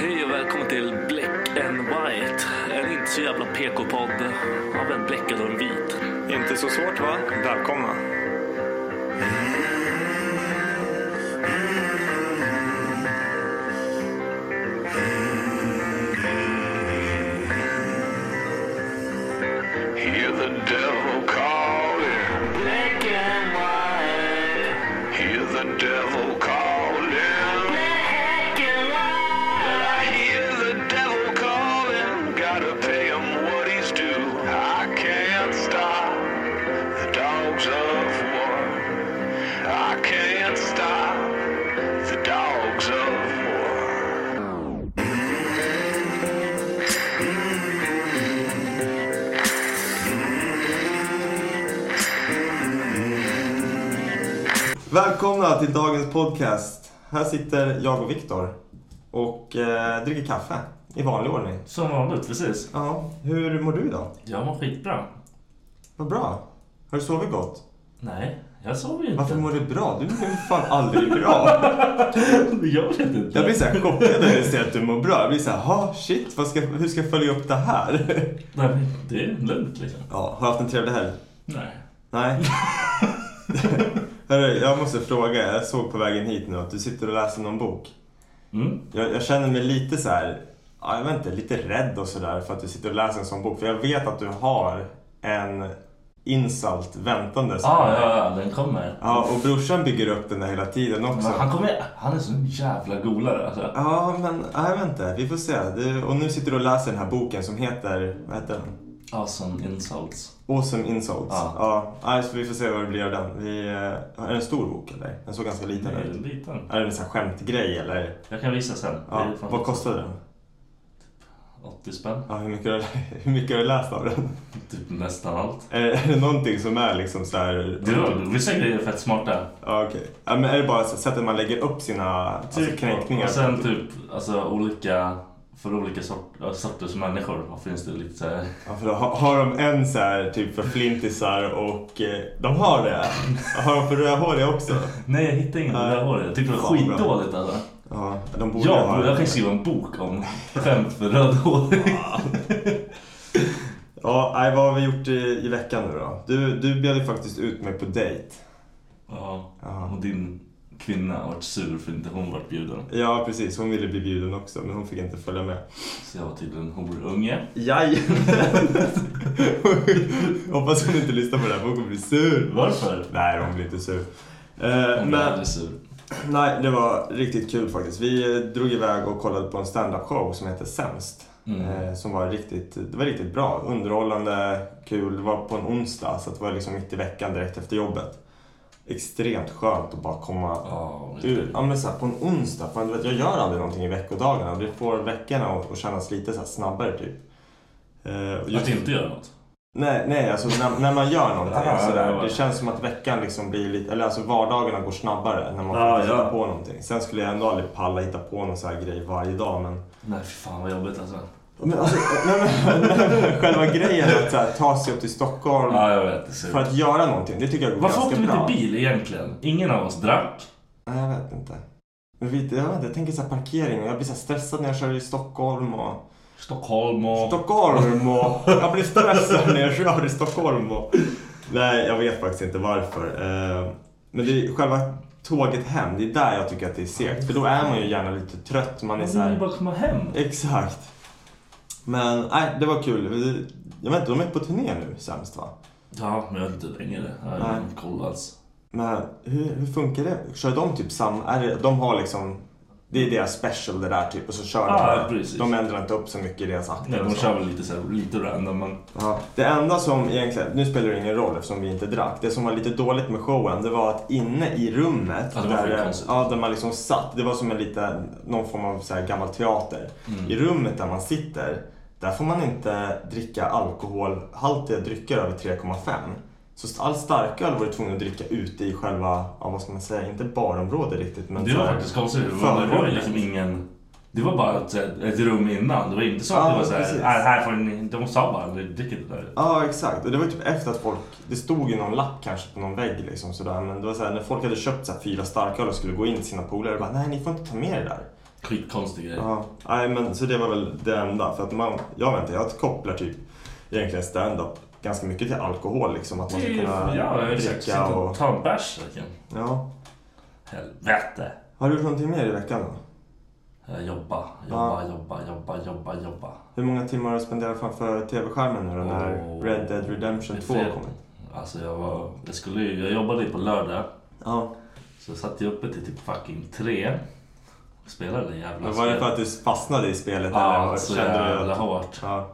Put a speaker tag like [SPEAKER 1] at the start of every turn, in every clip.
[SPEAKER 1] Hej och välkommen till Black and White. En inte så jävla PK-podd av en bläckad och en vit.
[SPEAKER 2] Inte så svårt va? Välkomna.
[SPEAKER 3] Hear the devil calling. Black and white. Hear the devil calling. Black and white. I hear the devil calling. Gotta pay him what he's due. I can't stop the dogs of war. I can't stop the dogs of war.
[SPEAKER 2] Välkomna till dagens podcast. Här sitter jag och Viktor och eh, dricker kaffe i vanlig ordning.
[SPEAKER 1] Som vanligt, precis.
[SPEAKER 2] Ja, hur mår du idag?
[SPEAKER 1] Jag mår skitbra.
[SPEAKER 2] Vad bra. Har du sovit gott?
[SPEAKER 1] Nej, jag sover ju inte.
[SPEAKER 2] Varför mår du bra? Du mår ju fan aldrig bra.
[SPEAKER 1] Jag vet inte.
[SPEAKER 2] Jag blir så här chockad när du säger att du mår bra. Jag blir så här, ha shit, vad ska, hur ska jag följa upp det här?
[SPEAKER 1] Nej, men det är lugnt liksom.
[SPEAKER 2] Ja, har du haft en trevlig helg?
[SPEAKER 1] Nej.
[SPEAKER 2] Nej. Hörru, jag måste fråga. Jag såg på vägen hit nu att du sitter och läser någon bok.
[SPEAKER 1] Mm.
[SPEAKER 2] Jag, jag känner mig lite så här, ja, jag vet inte, lite rädd och sådär för att du sitter och läser en sån bok. För jag vet att du har en insult väntandes.
[SPEAKER 1] Ah, ja, ja, den kommer.
[SPEAKER 2] ja, och brorsan bygger upp den där hela tiden också.
[SPEAKER 1] Men han kommer... Han är sån jävla golare alltså.
[SPEAKER 2] Ja, men ja, jag vet inte. Vi får se. Det, och nu sitter du och läser den här boken som heter, vad heter den?
[SPEAKER 1] Awesome insults.
[SPEAKER 2] Awesome Insults.
[SPEAKER 1] Ja.
[SPEAKER 2] Ja, nej, så vi får se vad det blir av den. Vi, eh, är det en stor bok eller? Den såg ganska liten
[SPEAKER 1] Den är
[SPEAKER 2] ut.
[SPEAKER 1] liten.
[SPEAKER 2] Är det en sån här skämtgrej eller?
[SPEAKER 1] Jag kan visa sen. Det
[SPEAKER 2] Ja,
[SPEAKER 1] är fan
[SPEAKER 2] vad kostade den?
[SPEAKER 1] 80 spänn.
[SPEAKER 2] Ja, hur, mycket har, hur mycket har du läst av den?
[SPEAKER 1] Typ nästan allt.
[SPEAKER 2] Är, är det någonting som är liksom så här...
[SPEAKER 1] Du, vissa grejer är fett smarta.
[SPEAKER 2] Ja, okej. Ja, men är det bara så- sättet man lägger upp sina alltså, kränkningar?
[SPEAKER 1] Typ. Och sen typ, alltså olika, för olika sort, äh, sorters människor vad finns det lite såhär.
[SPEAKER 2] Ja, för då har, har de en så här typ för flintisar och eh, de har det? Har de för rödhåriga också?
[SPEAKER 1] Nej jag hittade inget
[SPEAKER 2] Nej.
[SPEAKER 1] där var det. Jag tyckte det var
[SPEAKER 2] Fan, bra.
[SPEAKER 1] skitdåligt alltså.
[SPEAKER 2] Ja, de borde
[SPEAKER 1] Jag,
[SPEAKER 2] ha
[SPEAKER 1] borde- jag kan skriva en bok om skämt för rödhåriga.
[SPEAKER 2] Ja, nej, vad har vi gjort i, i veckan nu då? Du, du bjöd ju faktiskt ut mig på dejt.
[SPEAKER 1] Ja, och din kvinna har varit sur för inte hon vart bjuden.
[SPEAKER 2] Ja, precis. Hon ville bli bjuden också, men hon fick inte följa med.
[SPEAKER 1] Så jag var tydligen horunge.
[SPEAKER 2] Jajamän! Hoppas hon inte lyssnar på det här, för hon kommer bli sur.
[SPEAKER 1] Varför?
[SPEAKER 2] Nej, hon blir inte sur. Eh,
[SPEAKER 1] Hon blir
[SPEAKER 2] men,
[SPEAKER 1] aldrig sur.
[SPEAKER 2] nej, det var riktigt kul faktiskt. Vi eh, drog iväg och kollade på en stand-up show som heter Sämst.
[SPEAKER 1] Mm.
[SPEAKER 2] Eh, som var riktigt, det var riktigt bra. Underhållande, kul. Det var på en onsdag, så det var liksom mitt i veckan direkt efter jobbet. extremt skönt att bara komma
[SPEAKER 4] Ja,
[SPEAKER 2] ur. Ja, men så här, på en onsdag, fan, du vet, jag gör aldrig någonting i veckodagarna. Det får veckorna att att kännas lite så här snabbare typ. Eh, och
[SPEAKER 4] Att
[SPEAKER 2] just-
[SPEAKER 4] inte göra något.
[SPEAKER 2] Nej, nej alltså när, när man gör någonting.
[SPEAKER 4] Ah,
[SPEAKER 2] sådär,
[SPEAKER 4] ja, ja.
[SPEAKER 2] Det känns som att veckan liksom blir lite, eller alltså vardagarna går snabbare när man får
[SPEAKER 4] Ah,
[SPEAKER 2] hitta
[SPEAKER 4] ja.
[SPEAKER 2] på någonting. Sen skulle jag ändå aldrig palla hitta på någon sån här grej varje dag men...
[SPEAKER 4] Nej, fy fan vad jobbigt alltså.
[SPEAKER 2] men, alltså nej, men, själva grejen att så här, ta sig upp till Stockholm
[SPEAKER 4] Ja, jag vet. Det ser
[SPEAKER 2] för att göra någonting, det tycker jag går
[SPEAKER 4] Varför
[SPEAKER 2] ganska
[SPEAKER 4] åkte vi
[SPEAKER 2] bra.
[SPEAKER 4] inte bil egentligen? Ingen av oss drack.
[SPEAKER 2] Nej, jag vet inte. Men vi- Jag, vet inte, jag tänker så här parkering och jag blir så här stressad när jag kör i Stockholm och...
[SPEAKER 4] Stockholm och...
[SPEAKER 2] Stockholm och... Jag blir stressad när jag kör i Stockholm och... Nej, jag vet faktiskt inte varför. Eh, Men det är själva tåget hem, det är där jag tycker att det är segt. För då är man ju gärna lite trött, man är så
[SPEAKER 4] Man vill ju
[SPEAKER 2] här...
[SPEAKER 4] bara komma hem.
[SPEAKER 2] Exakt. Men nej, det var kul. Vi- Jag vet inte, de är på turné nu sämst va?
[SPEAKER 4] Ja, men jag vet inte hur länge det är. Jag alltså. har
[SPEAKER 2] Nej.
[SPEAKER 4] inte kollat alls.
[SPEAKER 2] Men hur, hur funkar det? Kör de typ samma... Är det, de har liksom... Det är deras special det där typ och så kör
[SPEAKER 4] Ah,
[SPEAKER 2] de.
[SPEAKER 4] precis.
[SPEAKER 2] De ändrar inte upp så mycket i deras akter.
[SPEAKER 4] Nej,
[SPEAKER 2] och
[SPEAKER 4] de
[SPEAKER 2] så.
[SPEAKER 4] kör väl lite, så här, lite random, men...
[SPEAKER 2] Ja, det enda som egentligen, nu spelar det ingen roll eftersom vi inte drack. Det som var lite dåligt med showen, det var att inne i rummet
[SPEAKER 4] Ja, det var väldigt
[SPEAKER 2] där,
[SPEAKER 4] konstigt.
[SPEAKER 2] ja, där man liksom satt, det var som en liten, någon form av så här gammal teater.
[SPEAKER 4] Mm.
[SPEAKER 2] I rummet där man sitter, där får man inte dricka alkoholhaltiga drycker över 3,5. Så all starköl var du tvungen att dricka ute i själva, ja, vad ska man säga, inte barområdet riktigt. Men
[SPEAKER 4] Det
[SPEAKER 2] så
[SPEAKER 4] var
[SPEAKER 2] här-
[SPEAKER 4] faktiskt konstigt. Det var, det var ju liksom ingen... Det var bara ett, ett rum innan. Det var inte så att
[SPEAKER 2] Ja,
[SPEAKER 4] det var så här,
[SPEAKER 2] precis.
[SPEAKER 4] "Nej, här får ni... De sa bara, "Ni dricker det där.
[SPEAKER 2] Ja, exakt. Och det var ju typ efter att folk... Det stod ju någon lapp kanske på någon vägg liksom sådär. Men det var såhär, när folk hade köpt så här fyra starköl och skulle gå in till sina polare. bara, nej ni får inte ta med det där.
[SPEAKER 4] Skitkonstig grej.
[SPEAKER 2] Ja, nej men så det var väl det enda. För att man, jag vet inte, jag kopplar typ egentligen stand-up ganska mycket till alkohol liksom. Att man ska kunna
[SPEAKER 4] Typ, Ja, exakt.
[SPEAKER 2] dricka
[SPEAKER 4] Sitta
[SPEAKER 2] och...
[SPEAKER 4] och ta en bärs verkligen.
[SPEAKER 2] Ja.
[SPEAKER 4] Helvete!
[SPEAKER 2] Har du gjort någonting mer i veckan då?
[SPEAKER 4] Eh, Jobba, jobba, jobba, jobba, jobba, jobba.
[SPEAKER 2] Hur många timmar har du spenderat framför TV-skärmen nu då när
[SPEAKER 4] Åh.
[SPEAKER 2] Red Dead Redemption 2
[SPEAKER 4] Fred-
[SPEAKER 2] kommer?
[SPEAKER 4] Alltså jag var... Jag, skulle, ju- jag jobbade ju på lördag.
[SPEAKER 2] Ja.
[SPEAKER 4] Så jag satt jag uppe till typ fucking tre. Och spelade en jävla
[SPEAKER 2] Men var det
[SPEAKER 4] spel.
[SPEAKER 2] för att du fastnade i spelet
[SPEAKER 4] Ja,
[SPEAKER 2] eller
[SPEAKER 4] så
[SPEAKER 2] kände du
[SPEAKER 4] jävla
[SPEAKER 2] att-
[SPEAKER 4] hårt.
[SPEAKER 2] Ja.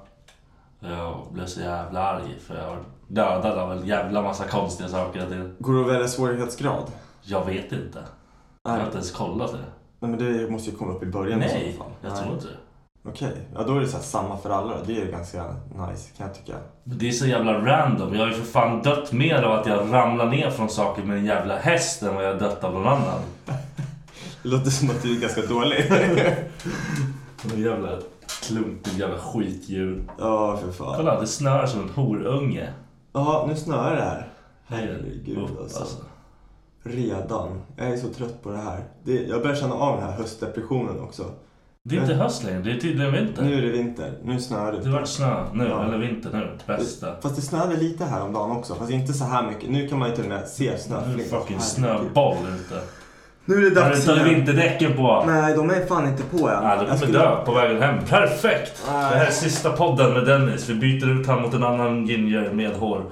[SPEAKER 4] Jag blev så jävla arg för jag dödade av en jävla massa konstiga saker hela tiden.
[SPEAKER 2] Går det att välja svårighetsgrad?
[SPEAKER 4] Jag vet inte. Jag har
[SPEAKER 2] Nej.
[SPEAKER 4] inte ens kollat det.
[SPEAKER 2] Nej men det måste ju komma upp i början i
[SPEAKER 4] Nej,
[SPEAKER 2] så fall.
[SPEAKER 4] jag tror inte det.
[SPEAKER 2] Okej, ja då är det så här samma för alla då. Det är ju ganska nice kan jag tycka.
[SPEAKER 4] Men Det är så jävla random. Jag har ju för fan dött mer av att jag ramlar ner från saker med en jävla häst än vad jag har dött av någon annan.
[SPEAKER 2] Det låter som att du är ganska dålig.
[SPEAKER 4] En jävla klumpig jävla skitdjur.
[SPEAKER 2] Ja, för fan.
[SPEAKER 4] Kolla, det snör som en horunge.
[SPEAKER 2] Ja, nu snöar det här.
[SPEAKER 4] Upp, Oh,
[SPEAKER 2] Herregud alltså. Redan. Jag är så trött på det här. Det, jag börjar känna av den här höstdepressionen också.
[SPEAKER 4] Det är inte höst längre, det är tydligen vinter.
[SPEAKER 2] Nu är det vinter, nu snöar
[SPEAKER 4] Det
[SPEAKER 2] det.
[SPEAKER 4] var snö nu,
[SPEAKER 2] Ja.
[SPEAKER 4] eller vinter nu. Bästa.
[SPEAKER 2] Fast det snöade lite häromdagen också, fast inte så här mycket. Nu kan man ju till och med se
[SPEAKER 4] Nu är det
[SPEAKER 2] snöflingor.
[SPEAKER 4] fucking
[SPEAKER 2] Herregud.
[SPEAKER 4] snöboll ute.
[SPEAKER 2] Nu är det
[SPEAKER 4] Har du
[SPEAKER 2] dags
[SPEAKER 4] tagit
[SPEAKER 2] igen.
[SPEAKER 4] vinterdäcken på?
[SPEAKER 2] Nej, de är fan inte på än.
[SPEAKER 4] Ja, du kommer dö på vägen hem. Perfekt! Det här är sista podden med Dennis. Vi byter ut han mot en annan ginger med hår.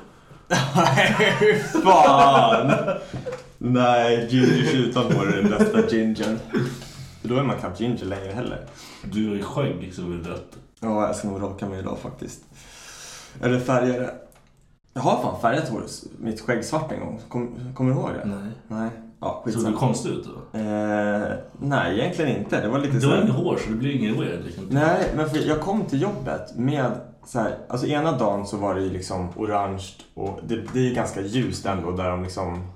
[SPEAKER 2] Fan! Nej, gingers utan hår är den bästa gingern. För då är man knappt ginger längre heller.
[SPEAKER 4] Du har ju skägg som är dött.
[SPEAKER 2] Ja, jag ska nog raka mig idag faktiskt. Eller färga det. Jag har fan färgat hår, mitt skägg svart en gång. Kom, kommer du ihåg det?
[SPEAKER 4] Nej.
[SPEAKER 2] Nej. Ja,
[SPEAKER 4] Såg du
[SPEAKER 2] skitsamma.
[SPEAKER 4] konstig ut då?
[SPEAKER 2] Eh, nej, egentligen inte. Det var lite
[SPEAKER 4] Du
[SPEAKER 2] så
[SPEAKER 4] har
[SPEAKER 2] här-
[SPEAKER 4] inget hår så det blir ingen weird. Liksom.
[SPEAKER 2] Nej, men för jag kom till jobbet med så här, alltså ena dagen så var det ju liksom orange och det, det är ju ganska ljust ändå där de liksom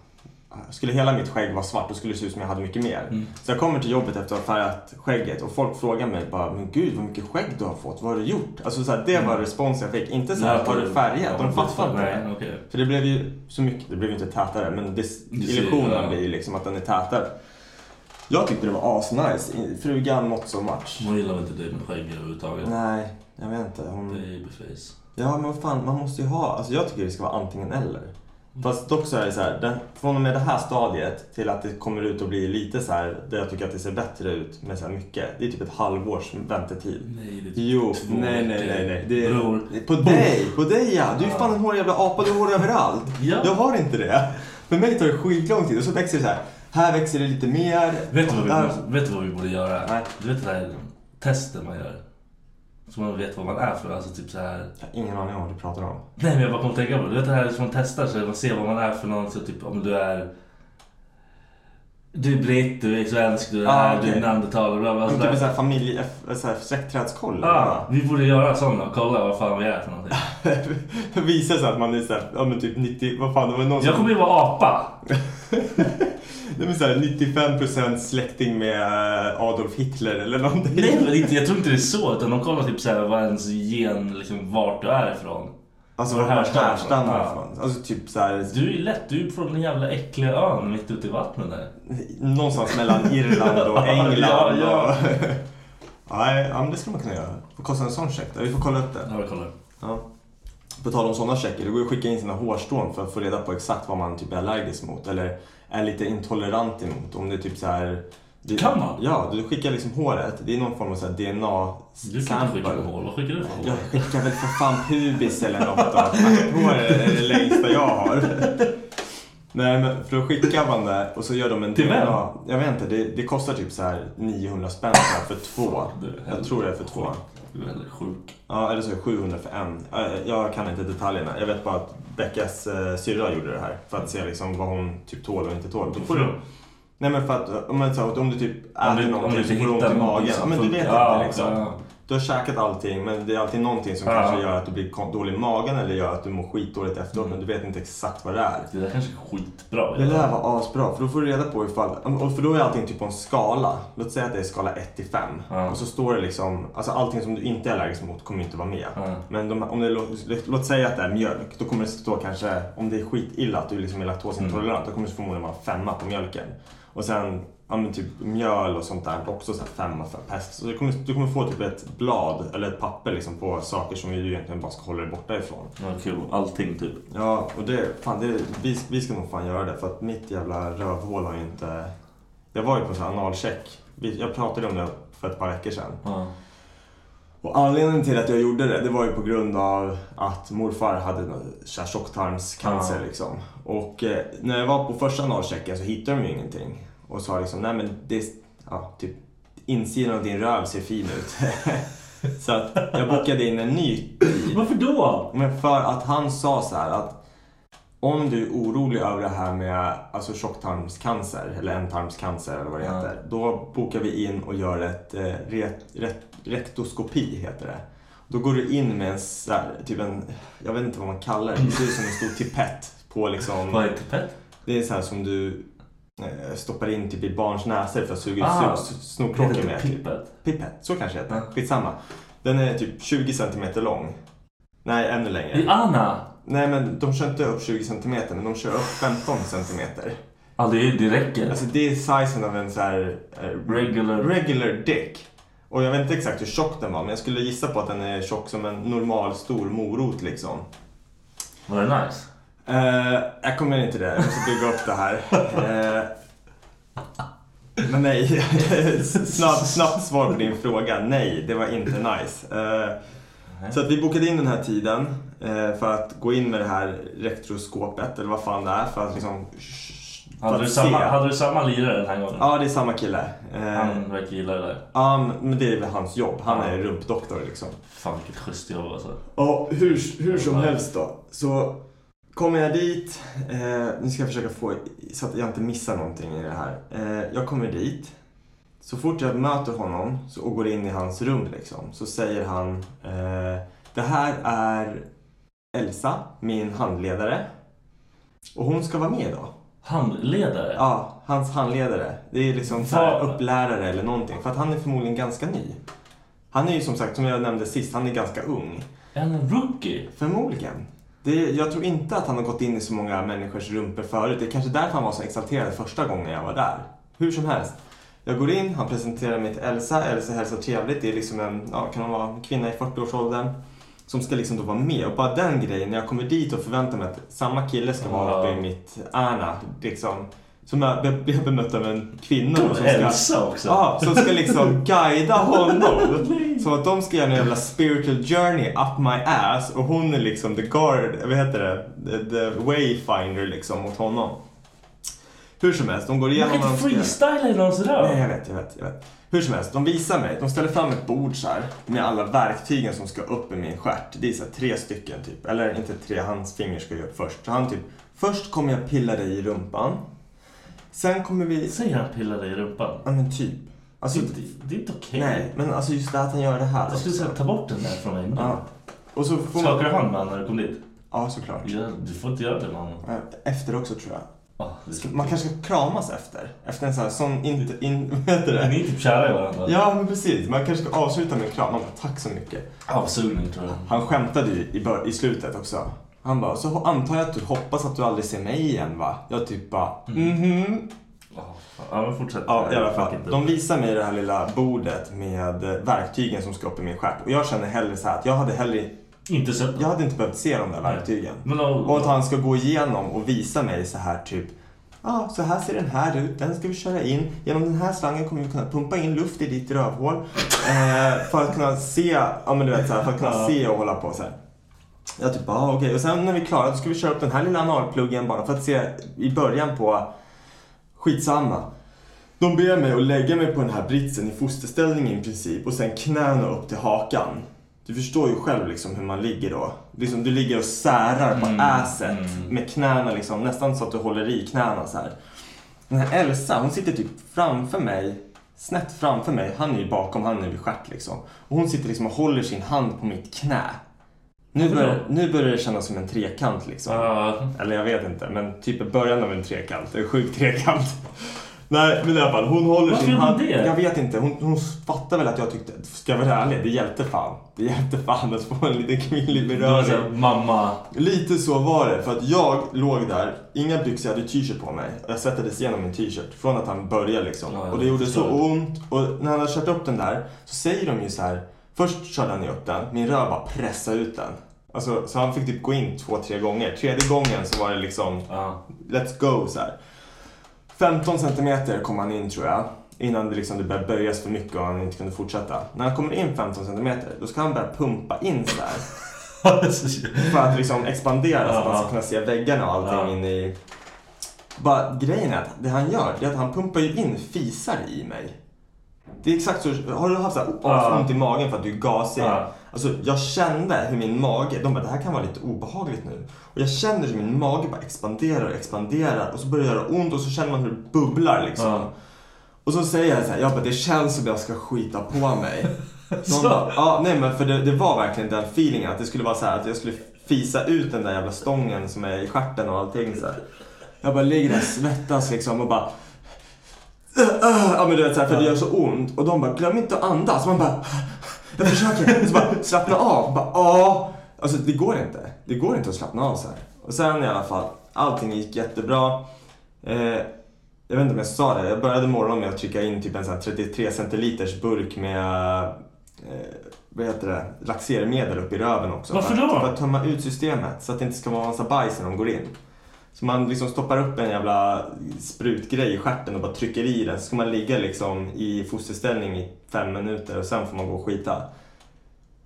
[SPEAKER 2] skulle hela mitt skägg vara svart då skulle det se ut som jag hade mycket mer.
[SPEAKER 4] Mm.
[SPEAKER 2] Så jag kommer till jobbet efter att ha färgat skägget och folk frågar mig bara men gud vad mycket skägg du har fått, vad har du gjort? Alltså så här, det
[SPEAKER 4] Mm.
[SPEAKER 2] var responsen jag fick, inte så här har du färgat? De fattar inte
[SPEAKER 4] Nej,
[SPEAKER 2] det.
[SPEAKER 4] okej.
[SPEAKER 2] För det blev ju så mycket, det blev ju inte tätare men det,
[SPEAKER 4] ser, ja.
[SPEAKER 2] illusionen blir ju liksom att den är tätare. Jag tyckte det var asnice, frugan not so much.
[SPEAKER 4] Hon gillar väl inte dig med skägg överhuvudtaget.
[SPEAKER 2] Nej, jag vet inte.
[SPEAKER 4] typ. Det
[SPEAKER 2] Hon...
[SPEAKER 4] är ju beface.
[SPEAKER 2] Ja, men vad fan, man måste ju ha... Alltså jag tycker det ska vara antingen eller.
[SPEAKER 4] Mm.
[SPEAKER 2] Fast dock så är det så här, den, från och med det här stadiet till att det kommer ut och blir lite så här, där jag tycker att det ser bättre ut med så här mycket. Det är typ ett halvårs väntetid.
[SPEAKER 4] Nej, det är
[SPEAKER 2] Jo,
[SPEAKER 4] två
[SPEAKER 2] nej, nej,
[SPEAKER 4] veckor.
[SPEAKER 2] nej, nej. Det är,
[SPEAKER 4] Bror.
[SPEAKER 2] På
[SPEAKER 4] Boom.
[SPEAKER 2] dig, på dig ja. Du är fan en hårig jävla apa, du har hår överallt.
[SPEAKER 4] Ja.
[SPEAKER 2] Jag har inte det. För mig tar det skitlång tid och så växer det så här. Här växer det lite mer. Alltså,
[SPEAKER 4] Vet du, vad vi,
[SPEAKER 2] Där-
[SPEAKER 4] vet du vad vi borde göra?
[SPEAKER 2] Nej.
[SPEAKER 4] Du vet det där testen man gör? Så man vet vad man är för. Alltså typ så här.
[SPEAKER 2] Jag har ingen aning om vad du pratar om.
[SPEAKER 4] Nej men jag bara kom att tänka på det. Du vet det här som man testar så man ser vad man är för någon. Så typ om du är Du är britt, du är svensk, du är
[SPEAKER 2] Ja,
[SPEAKER 4] här, du
[SPEAKER 2] okej.
[SPEAKER 4] är neandertalare. bla, bla,
[SPEAKER 2] Typ
[SPEAKER 4] bla.
[SPEAKER 2] en sån här familje... eh, så här Släktträdskoll.
[SPEAKER 4] Ja, vi borde göra en sån och kolla vad fan vi är för någonting.
[SPEAKER 2] Visar sig att man är såhär, ja men typ 90... Vad fan, det var någon
[SPEAKER 4] Jag
[SPEAKER 2] som...
[SPEAKER 4] kommer ju vara apa.
[SPEAKER 2] Det är såhär 95% släkting med eh, Adolf Hitler eller någonting.
[SPEAKER 4] Nej men inte, jag tror inte det är så. Utan de kollar typ såhär vad ens gen, liksom vart du är ifrån.
[SPEAKER 2] Alltså vad
[SPEAKER 4] Var härstammar
[SPEAKER 2] härstammar
[SPEAKER 4] från?
[SPEAKER 2] från? Alltså typ såhär...
[SPEAKER 4] Du är ju lätt, du är från den jävla äckliga ön mitt ute i vattnet där.
[SPEAKER 2] Någonstans mellan Irland och England.
[SPEAKER 4] Ja, ja.
[SPEAKER 2] Och... Nej, ja, men det skulle man kunna göra. Vad kostar en sån check? då? Vi får kolla upp det.
[SPEAKER 4] Ja, vi kollar.
[SPEAKER 2] Ja. På tal om såna checker, det går ju att skicka in sina hårstrån för att få reda på exakt vad man typ är allergisk mot eller är lite intolerant emot. Om det är typ så här... Det...
[SPEAKER 4] Kan man?
[SPEAKER 2] Ja, du skickar liksom håret. Det är någon form av så här
[SPEAKER 4] Du kan inte skicka på
[SPEAKER 2] DNA-sample.
[SPEAKER 4] hål, vad skickar du för hål?
[SPEAKER 2] Jag skickar väl för fan pubis eller något då. Tackhår är det längsta jag har. Nej men för då skickar man det och så gör de en
[SPEAKER 4] Till vem?
[SPEAKER 2] DNA. Jag vet inte, det, det kostar typ så här 900 spänn tror jag, för två.
[SPEAKER 4] Du är
[SPEAKER 2] Jag tror det är för två.
[SPEAKER 4] Du är väldigt sjuk.
[SPEAKER 2] Ja, eller så är det 700 för en. Eh, Jag kan inte detaljerna. Jag vet bara att Beckas eh, syrra gjorde det här för att se liksom vad hon typ tål och inte tål. Då får du... Nej men för att om, man, så här, om du typ
[SPEAKER 4] Mm. Om du- om
[SPEAKER 2] äter
[SPEAKER 4] du
[SPEAKER 2] någonting
[SPEAKER 4] inte
[SPEAKER 2] så får du ont
[SPEAKER 4] hittar
[SPEAKER 2] i
[SPEAKER 4] någonting
[SPEAKER 2] magen. Ja,
[SPEAKER 4] som
[SPEAKER 2] men du vet
[SPEAKER 4] funkar. Ja,
[SPEAKER 2] inte liksom.
[SPEAKER 4] ja.
[SPEAKER 2] Du har käkat allting men det är alltid någonting som
[SPEAKER 4] Ja.
[SPEAKER 2] kanske gör att du blir kon- dålig i magen eller gör att du mår skitdåligt efteråt
[SPEAKER 4] Mm.
[SPEAKER 2] men du vet inte exakt vad det är.
[SPEAKER 4] Det där kanske är skitbra.
[SPEAKER 2] Det där var asbra för då får du reda på ifall, och för då är allting typ på en skala. Låt säga att det är skala 1 till 5.
[SPEAKER 4] Ja.
[SPEAKER 2] Och så står det liksom, alltså allting som du inte är allergisk mot kommer inte vara med.
[SPEAKER 4] Ja.
[SPEAKER 2] Men de, om det, är lå- låt säga att det är mjölk, då kommer det stå kanske, om det är skitilla att du liksom är laktosintolerant,
[SPEAKER 4] Mm.
[SPEAKER 2] då kommer det förmodligen vara en femma på mjölken. Och sen, ja men typ mjöl och sånt där, också så här femma för pest. Så du kommer, du kommer få typ ett blad eller ett papper liksom på saker som du egentligen bara ska hålla dig borta ifrån.
[SPEAKER 4] Ja, kul. Allting typ.
[SPEAKER 2] Ja, och det, fan, det, vi, vi ska nog fan göra det för att mitt jävla rövhål har ju inte... Jag var ju på en sån här analcheck. Vi- Jag pratade om det för ett par veckor sedan.
[SPEAKER 4] Ja.
[SPEAKER 2] Och anledningen till att jag gjorde det, det var ju på grund av att morfar hade nå- så här tjocktarmscancer
[SPEAKER 4] Ja.
[SPEAKER 2] liksom. Och eh, när jag var på första analchecken så hittade de ju ingenting. Och sa liksom, nej men det, ja, typ insidan av din röv ser fin ut. så att jag bokade in en ny
[SPEAKER 4] Varför då?
[SPEAKER 2] men för att han sa så här att om du är orolig över det här med alltså tjocktarmscancer eller ändtarmscancer eller vad det
[SPEAKER 4] Ja.
[SPEAKER 2] heter. Då bokar vi in och gör ett eh, ret, ret, rektoskopi heter det. Då går du in med en, så här, typ en, jag vet inte vad man kallar det, det ser ut som en stor tippett på liksom.
[SPEAKER 4] Vad är tippett?
[SPEAKER 2] Det är så här som du eh, stoppar in typ i barns näsor för att suga ut
[SPEAKER 4] Ah.
[SPEAKER 2] ah, snorkråkor med. Typ.
[SPEAKER 4] Pippet.
[SPEAKER 2] Pipett, så kanske det heter.
[SPEAKER 4] Ja.
[SPEAKER 2] Skitsamma. Den är typ 20 centimeter lång. Nej, ännu längre.
[SPEAKER 4] I Anna!
[SPEAKER 2] Nej men de kör inte upp 20 cm men de kör upp 15 cm.
[SPEAKER 4] Ja, det, det räcker.
[SPEAKER 2] Alltså det är sizen av en så här eh,
[SPEAKER 4] Regular.
[SPEAKER 2] regular dick. Och jag vet inte exakt hur tjock den var men jag skulle gissa på att den är tjock som en normal stor morot liksom.
[SPEAKER 4] Var det nice?
[SPEAKER 2] Eh, jag kommer inte det, jag måste bygga upp det här. Eh, men nej, snabbt, snabbt svar på din fråga. Nej, det var inte nice. Eh, så att vi bokade in den här tiden eh, för att gå in med det här rektroskopet, eller vad fan det är, för att liksom... för
[SPEAKER 4] Hade du,
[SPEAKER 2] att
[SPEAKER 4] samma,
[SPEAKER 2] se.
[SPEAKER 4] hade du samma lirare den här gången?
[SPEAKER 2] Ja, det är samma kille. Eh,
[SPEAKER 4] Han verkar gilla det där.
[SPEAKER 2] ja, men det är väl hans jobb. Han är
[SPEAKER 4] Ja.
[SPEAKER 2] rumpdoktor liksom.
[SPEAKER 4] Fan vilket schysst jobb alltså.
[SPEAKER 2] Ja, hur, hur som helst då. Så kommer jag dit. Eh, nu ska jag försöka få så att jag inte missar någonting i det här. Eh, jag kommer dit. Så fort jag möter honom så, och går in i hans rum liksom, så säger han eh, Det här är Elsa, min handledare. Och hon ska vara med idag.
[SPEAKER 4] Handledare?
[SPEAKER 2] Ja, hans handledare. Det är liksom så här
[SPEAKER 4] Fan.
[SPEAKER 2] upplärare eller någonting. För att han är förmodligen ganska ny. Han är ju som sagt, som jag nämnde sist, han är ganska ung.
[SPEAKER 4] En rookie?
[SPEAKER 2] Förmodligen. Det, jag tror inte att han har gått in i så många människors rumpor förut. Det är kanske därför han var så exalterad första gången jag var där. Hur som helst. Jag går in, han presenterar mig till Elsa. Elsa hälsar trevligt. Det är liksom en, ja, kan hon vara en kvinna i 40-årsåldern. Som ska liksom då vara med. Och bara den grejen, när jag kommer dit och förväntar mig att samma kille ska vara uppe i mitt ärna. Liksom, som jag be- blir bemött av en kvinna. då som ska-
[SPEAKER 4] Elsa också?
[SPEAKER 2] Ja, som ska liksom guida honom. Som att de ska göra en jävla spiritual journey up my ass och hon är liksom the guard, vad heter det, the, the wayfinder liksom åt honom. Hur som helst, de går
[SPEAKER 4] Man
[SPEAKER 2] igenom...
[SPEAKER 4] kan
[SPEAKER 2] vad de
[SPEAKER 4] inte
[SPEAKER 2] ska göra.
[SPEAKER 4] freestyla i någons
[SPEAKER 2] Nej,
[SPEAKER 4] röv.
[SPEAKER 2] jag vet, jag vet, jag vet. Hur som helst, de visar mig. De ställer fram ett bord så här med alla verktygen som ska upp i min stjärt. Det är så här, tre stycken typ. Eller inte tre, hans finger ska ju upp först. Så han typ, först kommer jag pilla dig i rumpan. Sen kommer vi...
[SPEAKER 4] Säg han pillar dig i rumpan.
[SPEAKER 2] Ja men typ. Alltså,
[SPEAKER 4] Alltså, det, det är inte okej.
[SPEAKER 2] nej, men alltså just det att han gör det här.
[SPEAKER 4] Jag skulle
[SPEAKER 2] också.
[SPEAKER 4] säga ta bort den där från mig nu.
[SPEAKER 2] Ja. Och så får man...
[SPEAKER 4] Skakar du hand med honom när du kom dit?
[SPEAKER 2] Ja, såklart.
[SPEAKER 4] Ja, du får inte göra det med honom.
[SPEAKER 2] Eh, Efter också tror jag.
[SPEAKER 4] Ah, det ska-
[SPEAKER 2] Man kanske ska kramas efter. Efter en sån här sån... In, in, vad heter
[SPEAKER 4] Ni
[SPEAKER 2] det?
[SPEAKER 4] är typ kära i varandra.
[SPEAKER 2] Ja, men precis. Man kanske ska avsluta med en kram. Man bara, tack så mycket.
[SPEAKER 4] Avsugning tror jag.
[SPEAKER 2] Han skämtade ju i, bör- i slutet också. Han bara, så antar jag att du hoppas att du aldrig ser mig igen va? Jag typ bara,
[SPEAKER 4] Mm.
[SPEAKER 2] mhm.
[SPEAKER 4] Ah, fan. Ja, men fortsätt.
[SPEAKER 2] Ja, i alla
[SPEAKER 4] Fuck
[SPEAKER 2] fall.
[SPEAKER 4] it.
[SPEAKER 2] De visar mig det här lilla bordet med eh, verktygen som ska upp i min stjärt. Och jag känner hellre så här att jag hade hellre,
[SPEAKER 4] Inte sett
[SPEAKER 2] jag hade inte behövt se de där
[SPEAKER 4] Nej.
[SPEAKER 2] verktygen.
[SPEAKER 4] Men då-
[SPEAKER 2] Och att han ska gå igenom och visa mig så här typ, ja ah, så här ser den här ut, den ska vi köra in. Genom den här slangen kommer vi kunna pumpa in luft i ditt rövhål. Eh, för att kunna se, ja men du vet så här, för att kunna se och hålla på så här. Jag typ, ah, okej. Och sen när vi är klara, då ska vi köra upp den här lilla analpluggen bara för att se i början på skitsamma. De ber mig att lägga mig på den här britsen i fosterställning i princip och sen knäna upp till hakan. Du förstår ju själv liksom hur man ligger då. Liksom, du ligger och särar på asset med knäna liksom, nästan så att du håller i knäna så här. Den här Elsa, hon sitter typ framför mig, snett framför mig. Han är ju bakom, han är vid stjärt liksom. Och hon sitter liksom och håller sin hand på mitt knä. Nu börjar, nu börjar det kännas som en trekant liksom.
[SPEAKER 4] Ah. Ja,
[SPEAKER 2] Eller jag vet inte, men typ i början av en trekant. En sjuk trekant. Nej, men i alla fall. Hon håller
[SPEAKER 4] Varför
[SPEAKER 2] sin
[SPEAKER 4] gjorde hon
[SPEAKER 2] hand.
[SPEAKER 4] det?
[SPEAKER 2] Jag vet inte. Hon, hon fattar väl att jag tyckte, ska jag vara ärlig, det hjälpte fan. Det hjälpte fan att få en liten kvinnlig
[SPEAKER 4] det var
[SPEAKER 2] beröring.
[SPEAKER 4] såhär, mamma.
[SPEAKER 2] Lite så var det, för att jag låg där, inga byxor, jag hade t-shirt på mig. Jag svettades igenom min t-shirt från att han började liksom.
[SPEAKER 4] Ja, jag
[SPEAKER 2] och det gjorde så
[SPEAKER 4] förstår.
[SPEAKER 2] ont. Och när han hade kört upp den där så säger de ju så här. Först körde han ju upp den, min röv bara pressade ut den. Alltså, så han fick typ gå in två, tre gånger. Tredje gången så var det liksom,
[SPEAKER 4] Ja.
[SPEAKER 2] let's go så här. 15 centimeter kom han in tror jag. Innan det, liksom, det började böjas för mycket och han inte kunde fortsätta. När han kommer in 15 centimeter, då ska han börja pumpa in så här. För att liksom expandera så att man ska kunna se väggarna och allting
[SPEAKER 4] Ja.
[SPEAKER 2] in i... Bara, grejen är att det han gör, det är att han pumpar ju in fisar i mig. Det är exakt så. Har du haft så här,
[SPEAKER 4] Ja.
[SPEAKER 2] oh, ont i magen för att du är gasig?
[SPEAKER 4] Ja.
[SPEAKER 2] Alltså, jag kände hur min mage, de bara, det här kan vara lite obehagligt nu. Och jag känner hur min mage bara expanderar och expanderar och så börjar det göra ont och så känner man hur det bubblar liksom.
[SPEAKER 4] Ja.
[SPEAKER 2] Och så säger jag så här, jag bara, det känns som jag ska skita på mig. De
[SPEAKER 4] Så?
[SPEAKER 2] bara, ja, nej men för det, det var verkligen den feelingen att det skulle vara så här att jag skulle fisa ut den där jävla stången som är i stjärten och allting så här. Jag bara ligger där och svettas liksom och bara Ja men du vet såhär, för det gör så ont. Och de bara, glöm inte att andas. Man bara, jag försöker. Så bara, slappna av. Bara, ja. Alltså det går inte. Det går inte att slappna av så här. Och sen i alla fall, allting gick jättebra. Eh, jag vet inte om jag sa det, jag började morgonen med att trycka in typ en sån här 33 centiliters burk med eh, vad heter det? laxermedel upp i röven också.
[SPEAKER 4] Varför
[SPEAKER 2] För att-
[SPEAKER 4] då?
[SPEAKER 2] För att tömma ut systemet så att det inte ska vara massa bajs när de går in. Så man liksom stoppar upp en jävla sprutgrej i stjärten och bara trycker i den. Så ska man ligga liksom i fosterställning i fem minuter och sen får man gå och skita.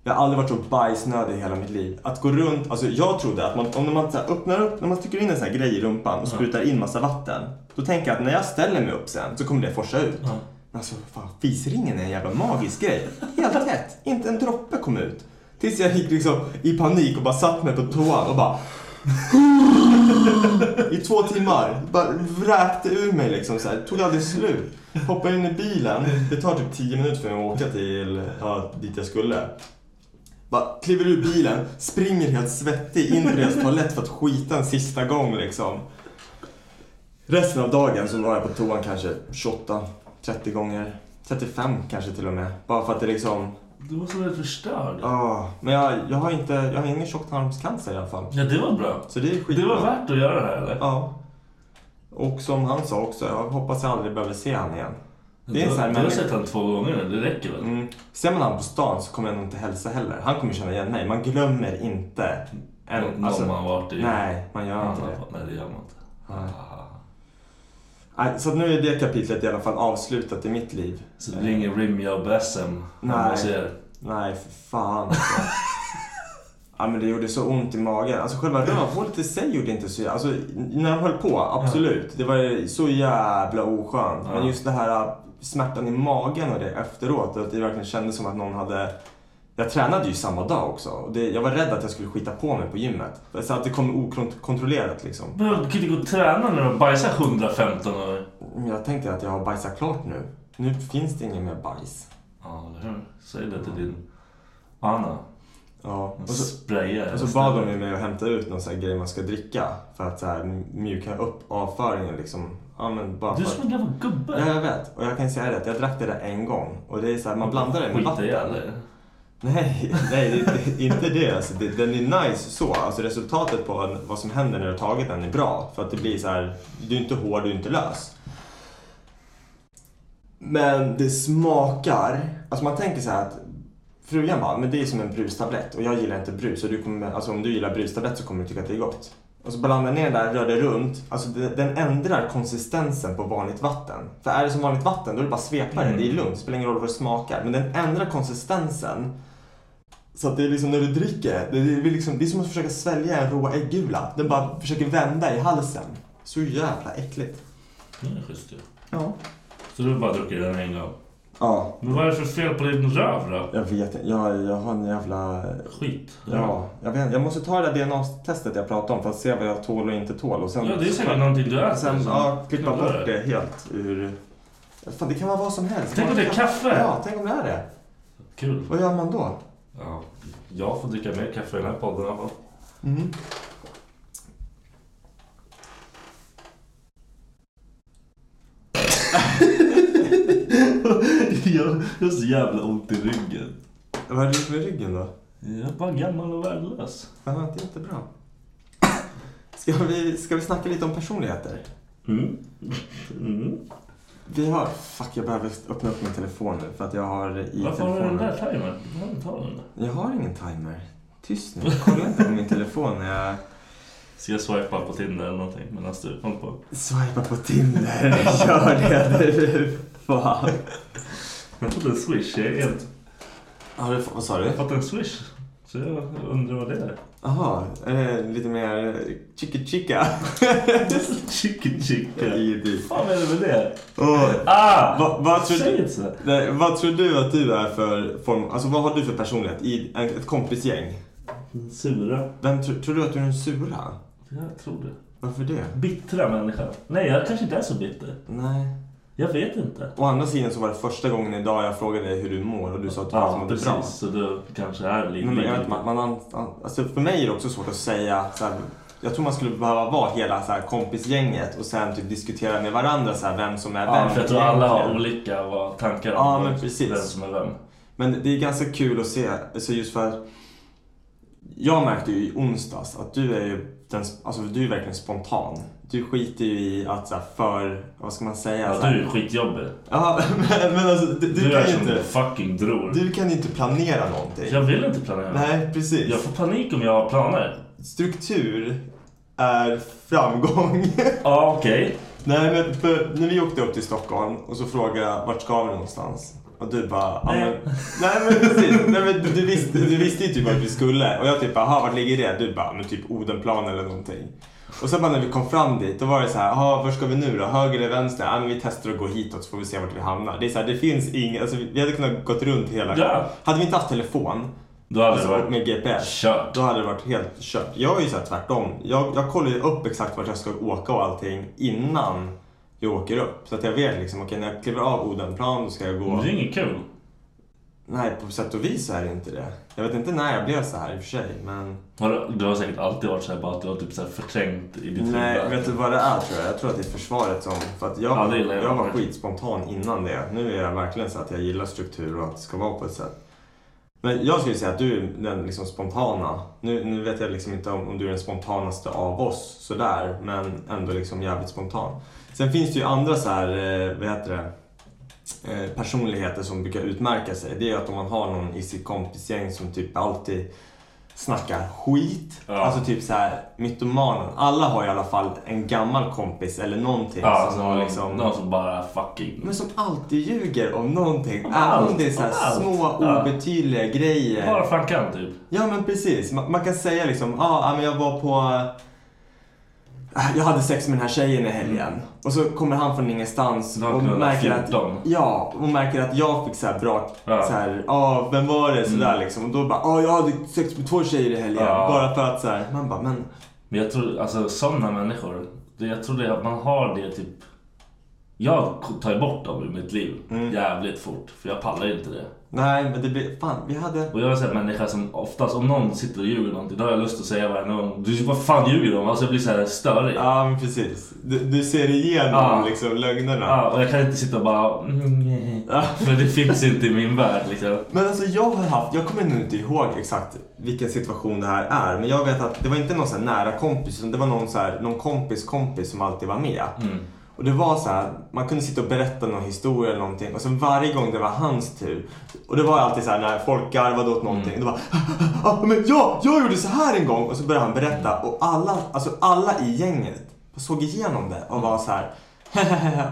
[SPEAKER 2] Jag har aldrig varit så bajsnödig i hela mitt liv. Att gå runt, alltså jag trodde att man, om man så här öppnar upp, när man trycker in en sån här grej i rumpan och sprutar in massa vatten. Då tänker jag att när jag ställer mig upp sen så kommer det forsa ut. Men alltså fan, fisringen är en jävla magisk grej. Helt tätt, inte en droppe kom ut. Tills jag gick liksom i panik och bara satt mig på toan och bara i två timmar. Bara vräkte ur mig liksom så här. Tog aldrig slut. Hoppade in i bilen. Det tar typ 10 minuter för mig att åka till, ja, dit jag skulle. Bara kliver ur bilen, springer helt svettig in på deras toalett för att skita en sista gång liksom. Resten av dagen så var jag på toan kanske 28, 30 gånger. 35 kanske till och med. Bara för att det liksom...
[SPEAKER 4] Du måste vara förstörd.
[SPEAKER 2] ah, men jag, jag har inte, jag har ingen tjocktarmscancer i alla fall.
[SPEAKER 4] Ja, det var bra.
[SPEAKER 2] Så det är skitbra.
[SPEAKER 4] Det var värt att göra det här eller?
[SPEAKER 2] Ja. Och som han sa också, jag hoppas jag aldrig behöver se han igen. Det är en
[SPEAKER 4] du,
[SPEAKER 2] sån här
[SPEAKER 4] du har
[SPEAKER 2] människa-
[SPEAKER 4] sett honom två gånger nu, det räcker väl?
[SPEAKER 2] Mm. Ser man han på stan så kommer jag nog inte hälsa heller. Han kommer känna igen mig. Man glömmer inte. en- alltså,
[SPEAKER 4] Någon man varit i.
[SPEAKER 2] Nej, man gör inte det.
[SPEAKER 4] Nej, det gör man inte.
[SPEAKER 2] Nej, Så att nu är det kapitlet i alla fall avslutat i mitt liv.
[SPEAKER 4] Så det blir ingen rimjobb SM.
[SPEAKER 2] Nej.
[SPEAKER 4] Nej. Ser.
[SPEAKER 2] Nej, för fan alltså. Ja men det gjorde så ont i magen. Alltså själva rövhålet i sig gjorde inte så Alltså när de höll på, absolut. Det var så jävla oskönt. Men just det här äh, smärtan i magen och det efteråt. Att det verkligen kändes som att någon hade... Jag tränade ju samma dag också. Och det, jag var rädd att jag skulle skita på mig på gymmet. Så att det kom okontrollerat liksom.
[SPEAKER 4] Men Du kan inte gå och träna när du bajsar 115 år.
[SPEAKER 2] men jag tänkte att jag har bajsat klart nu. Nu finns det ingen mer bajs.
[SPEAKER 4] Ja, eller hur? Säg det till din Anna.
[SPEAKER 2] Ja.
[SPEAKER 4] Och
[SPEAKER 2] Och så,
[SPEAKER 4] spraya.
[SPEAKER 2] och så bad de ju mig att hämta ut någon sån här grej man ska dricka för att så här, mjuka upp avföringen liksom. Ja, men bara
[SPEAKER 4] Du
[SPEAKER 2] för...
[SPEAKER 4] som en gammal
[SPEAKER 2] Ja,
[SPEAKER 4] gubbe.
[SPEAKER 2] jag vet. Och jag kan säga det att jag drack det där en gång. Och det är så här, man blandar det med
[SPEAKER 4] Skita
[SPEAKER 2] vatten.
[SPEAKER 4] i eller?
[SPEAKER 2] Nej, nej det, det, inte det. Alltså, det. Den är nice så. Alltså, resultatet på en- vad som händer när du har tagit den är bra. För att det blir så här, du är inte hård, du är inte lös. Men det smakar. Alltså man tänker så här att frugan bara, men det är som en brustablett och jag gillar inte brus. Och du kommer, alltså om du gillar brustablett så kommer du tycka att det är gott. Och så blandar jag ner den där, rör det runt. Alltså det, den ändrar konsistensen på vanligt vatten. För är det som vanligt vatten då är det bara svepare, det är lugnt, det spelar ingen roll vad det smakar. Men den ändrar konsistensen. Så att det är liksom när du dricker, det är, liksom, det är som att försöka svälja en rå äggula. Den bara försöker vända i halsen. Så jävla äckligt.
[SPEAKER 4] Det är schysst ju.
[SPEAKER 2] Ja.
[SPEAKER 4] Så du har bara druckit den en gång.
[SPEAKER 2] Ja,
[SPEAKER 4] Men vad är det för fel på din röv då?
[SPEAKER 2] jag vet inte. Jag, jag har en jävla
[SPEAKER 4] Skit.
[SPEAKER 2] Ja, jag, vet, jag måste ta det där DNA-testet jag pratade om för att se vad jag tål och inte tål. Och sen,
[SPEAKER 4] Ja, det är säkert någonting du äter. liksom.
[SPEAKER 2] sen
[SPEAKER 4] som-
[SPEAKER 2] ja, klippa
[SPEAKER 4] Kan vara
[SPEAKER 2] bort det helt ur... Fan, det kan vara vad som helst.
[SPEAKER 4] Tänk om det är kaffe?
[SPEAKER 2] Ja, tänk om det är det.
[SPEAKER 4] Kul.
[SPEAKER 2] Vad gör man då?
[SPEAKER 4] Ja, jag får dricka mer kaffe i den här podden i alla fall. jag, jag har så jävla ont i ryggen.
[SPEAKER 2] Vad är det med ryggen då?
[SPEAKER 4] Jag är bara gammal och värdelös.
[SPEAKER 2] Ja, det är inte bra. Ska vi, ska vi snacka lite om personligheter?
[SPEAKER 4] Mm. Mm.
[SPEAKER 2] Vi har... Fuck, jag behöver öppna upp min telefon nu för att jag har i
[SPEAKER 4] Varför har du den
[SPEAKER 2] telefonen...
[SPEAKER 4] där timern? Du kan inte ha den där.
[SPEAKER 2] jag har ingen timer. Tyst nu. Kolla inte på min telefon när jag...
[SPEAKER 4] Ska jag swipa på Tinder eller någonting medan du håller på?
[SPEAKER 2] Swipa på Tinder, gör det nu. Fan.
[SPEAKER 4] Jag har fått en swish. Jag, är helt...
[SPEAKER 2] Har du, fått- vad sa du?
[SPEAKER 4] jag har fått en swish. Så jag undrar vad det är.
[SPEAKER 2] Jaha, är det lite mer chicka chicka?
[SPEAKER 4] Chicken chicken.
[SPEAKER 2] Idiot.
[SPEAKER 4] Vad fan är det med det?
[SPEAKER 2] Åh,
[SPEAKER 4] Ah!
[SPEAKER 2] Vad- vad tror du-
[SPEAKER 4] Säg inte så.
[SPEAKER 2] nej, vad tror du att du är för form... Alltså vad har du för personlighet i en- ett kompisgäng?
[SPEAKER 4] Sura.
[SPEAKER 2] Vem tror, tror du att du är den sura?
[SPEAKER 4] Jag tror det.
[SPEAKER 2] Varför det?
[SPEAKER 4] Bittra människa. Nej, jag kanske inte är så bitter.
[SPEAKER 2] Nej.
[SPEAKER 4] Jag vet inte.
[SPEAKER 2] Å andra sidan så var det första gången idag jag frågade dig hur du mår och du sa att du
[SPEAKER 4] Ja,
[SPEAKER 2] mådde
[SPEAKER 4] precis.
[SPEAKER 2] bra.
[SPEAKER 4] Så du kanske är lite...
[SPEAKER 2] Nej, men jag vet, inte, man, man, an- alltså för mig är det också svårt att säga så här, jag tror man skulle behöva vara hela så här, kompisgänget och sen typ diskutera med varandra så här, vem som är
[SPEAKER 4] ja,
[SPEAKER 2] vem.
[SPEAKER 4] för jag tror alla har
[SPEAKER 2] egentligen.
[SPEAKER 4] olika vad tankar om
[SPEAKER 2] Ja,
[SPEAKER 4] vad-
[SPEAKER 2] men precis.
[SPEAKER 4] vem som är vem.
[SPEAKER 2] Men det är ganska kul att se, alltså just för att jag märkte ju i onsdags att du är ju den, alltså du är verkligen spontan. Du skiter ju i att så här, för, vad ska man säga?
[SPEAKER 4] Ja,
[SPEAKER 2] så
[SPEAKER 4] du
[SPEAKER 2] här-
[SPEAKER 4] är ju skitjobbig.
[SPEAKER 2] Ja, men, men alltså du,
[SPEAKER 4] Du,
[SPEAKER 2] du,
[SPEAKER 4] är
[SPEAKER 2] kan ju
[SPEAKER 4] som
[SPEAKER 2] inte,
[SPEAKER 4] en fucking dror.
[SPEAKER 2] du kan ju inte planera någonting.
[SPEAKER 4] Jag vill inte planera.
[SPEAKER 2] Nej, precis.
[SPEAKER 4] Jag får panik om jag har planer.
[SPEAKER 2] Struktur är framgång.
[SPEAKER 4] Ja, okej.
[SPEAKER 2] Nej, men för när vi åkte upp till Stockholm och så frågade jag vart ska vi någonstans? Och du bara, ja, men,
[SPEAKER 4] Nej.
[SPEAKER 2] nej men precis. Nej, men du, du, visste, du visste ju typ vart vi skulle. Och jag typ, jaha vart ligger det? Du bara, men typ Odenplan eller någonting. Och sen bara när vi kom fram dit, då var det så här, jaha var ska vi nu då? Höger eller vänster? Ja men vi testar att gå hitåt så får vi se vart vi hamnar. Det är så här, det finns inget, alltså vi vi hade kunnat gått runt hela.
[SPEAKER 4] Ja.
[SPEAKER 2] Hade vi inte haft telefon,
[SPEAKER 4] Då hade
[SPEAKER 2] Alltså,
[SPEAKER 4] det varit...
[SPEAKER 2] med GPS.
[SPEAKER 4] kört.
[SPEAKER 2] Då hade det varit helt kört. Jag är ju såhär tvärtom. Jag, jag kollar ju upp exakt vart jag ska åka och allting innan jag åker upp. Så att jag vet liksom, okej när jag kliver av Odenplan då ska jag gå...
[SPEAKER 4] Det är inget kul.
[SPEAKER 2] Nej, på sätt och vis så är det inte det. Jag vet inte när jag blev så här i och för sig, men...
[SPEAKER 4] Har du- Du har säkert alltid varit såhär bara att du har typ så här förträngt i ditt
[SPEAKER 2] Nej,
[SPEAKER 4] huvud.
[SPEAKER 2] vet du vad det är tror jag? Jag tror att det är försvaret som... För att jag,
[SPEAKER 4] Ja, det gillar jag.
[SPEAKER 2] jag var skitspontan innan det. Nu är jag verkligen så att jag gillar struktur och att det ska vara på ett sätt. Men jag skulle säga att du är den liksom spontana. Nu, nu vet jag liksom inte om, om du är den spontanaste av oss sådär, men ändå liksom jävligt spontan. Sen finns det ju andra så här, eh, vad heter det? eh, personligheter som brukar utmärka sig. Det är ju att om man har någon i sitt kompisgäng som typ alltid snackar skit.
[SPEAKER 4] Ja.
[SPEAKER 2] Alltså typ så här mytomanen. Alla har i alla fall en gammal kompis eller någonting
[SPEAKER 4] Ja, alltså
[SPEAKER 2] som har
[SPEAKER 4] någon,
[SPEAKER 2] liksom...
[SPEAKER 4] någon som bara fucking...
[SPEAKER 2] Men som alltid ljuger om någonting.
[SPEAKER 4] Om
[SPEAKER 2] Även om
[SPEAKER 4] allt,
[SPEAKER 2] det är så
[SPEAKER 4] om
[SPEAKER 2] här
[SPEAKER 4] allt.
[SPEAKER 2] små
[SPEAKER 4] Ja.
[SPEAKER 2] obetydliga grejer.
[SPEAKER 4] Bara för han kan typ.
[SPEAKER 2] Ja men precis. Man, man kan säga liksom, ja ah, ja, men jag var på... äh, Jag hade sex med den här tjejen i helgen. Och så kommer han från ingenstans
[SPEAKER 4] Då
[SPEAKER 2] och
[SPEAKER 4] kan Mm. han vara
[SPEAKER 2] märker, att,
[SPEAKER 4] 14.
[SPEAKER 2] ja, och märker att jag fick så här bra,
[SPEAKER 4] Ja. Mm.
[SPEAKER 2] så här, ah, vem var det? Sådär liksom. Och då bara, ah, jag hade sex med två tjejer i helgen.
[SPEAKER 4] Ja.
[SPEAKER 2] Bara för att så här, man bara, men
[SPEAKER 4] Men jag tror, alltså sådana människor, det, jag tror det, att man har det typ Jag tar ju bort dem ur mitt liv jävligt fort. För jag pallar inte det.
[SPEAKER 2] Nej, men det blir... Fan, vi hade...
[SPEAKER 4] Och jag är en sån här människa som oftast om någon sitter och ljuger någonting. Då har jag lust att säga varje gång. Du vad fan ljuger de? Alltså jag blir så här störig.
[SPEAKER 2] Ja, men precis. Du, du ser igenom
[SPEAKER 4] Ja.
[SPEAKER 2] liksom lögnerna.
[SPEAKER 4] Ja, och jag kan inte sitta och bara... "Mm, nej." För det finns inte i min värld liksom.
[SPEAKER 2] Men alltså jag har haft, jag kommer nu inte ihåg exakt vilken situation det här är. Men jag vet att det var inte någon så här nära kompis utan det var någon, så här, någon kompis kompis som alltid var med. Och det var så här, man kunde sitta och berätta någon historia eller någonting och sen varje gång det var hans tur. Och det var alltid så här när folk garvade åt någonting. Då var ah, men ja, jag gjorde så här en gång. Och så började han berätta och alla, alltså alla i gänget såg igenom det och var så här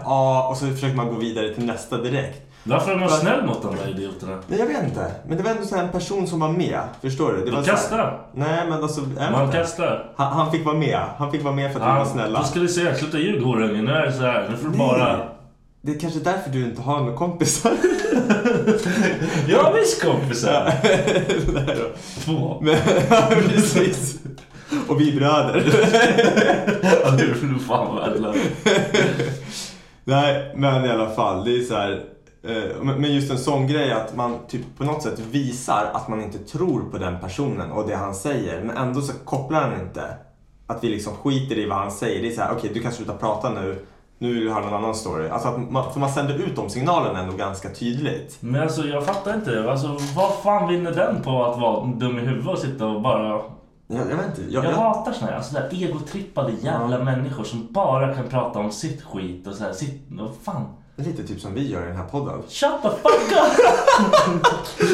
[SPEAKER 2] ja och så försökte man gå vidare till nästa direkt.
[SPEAKER 4] Varför är man
[SPEAKER 2] Fast-
[SPEAKER 4] snäll mot de där idioterna?
[SPEAKER 2] Nej, jag vet inte. Men det var ändå så här en person som var med. Förstår du? Det var
[SPEAKER 4] Man
[SPEAKER 2] så här-
[SPEAKER 4] kastar.
[SPEAKER 2] Nej, men alltså... jag vet
[SPEAKER 4] Man
[SPEAKER 2] inte.
[SPEAKER 4] kastar.
[SPEAKER 2] Han, han fick vara med. Han fick vara med för att vi var snälla.
[SPEAKER 4] Då ska du säga sluta ljug horungen. Nu är det så här. Nu får du bara...
[SPEAKER 2] Det är kanske därför du inte har några kompisar.
[SPEAKER 4] Ja visst kompisar.
[SPEAKER 2] Nej då.
[SPEAKER 4] Två.
[SPEAKER 2] Men, precis. Och vi är bröder.
[SPEAKER 4] Ja, det är för fan värdelöst.
[SPEAKER 2] Nej, men i alla fall. Det är så här... eh, Men men just en sån grej att man typ på något sätt visar att man inte tror på den personen och det han säger. Men ändå så kopplar han inte. Att vi liksom skiter i vad han säger. Det är så här, okej du kan sluta prata nu. Nu vill du höra någon annan story. Alltså att man, för man sänder ut de signalerna ändå ganska tydligt.
[SPEAKER 4] Men alltså jag fattar inte. Alltså, vad fan vinner den på att vara dum i huvudet och sitta och bara...
[SPEAKER 2] Jag, jag vet inte. Jag,
[SPEAKER 4] Jag
[SPEAKER 2] jag,
[SPEAKER 4] hatar såna här alltså, där egotrippade jävla människor som bara kan prata om sitt skit och så här, sitt... Vad fan?
[SPEAKER 2] det är lite typ som vi gör i den här podden.
[SPEAKER 4] Shut the fuck up!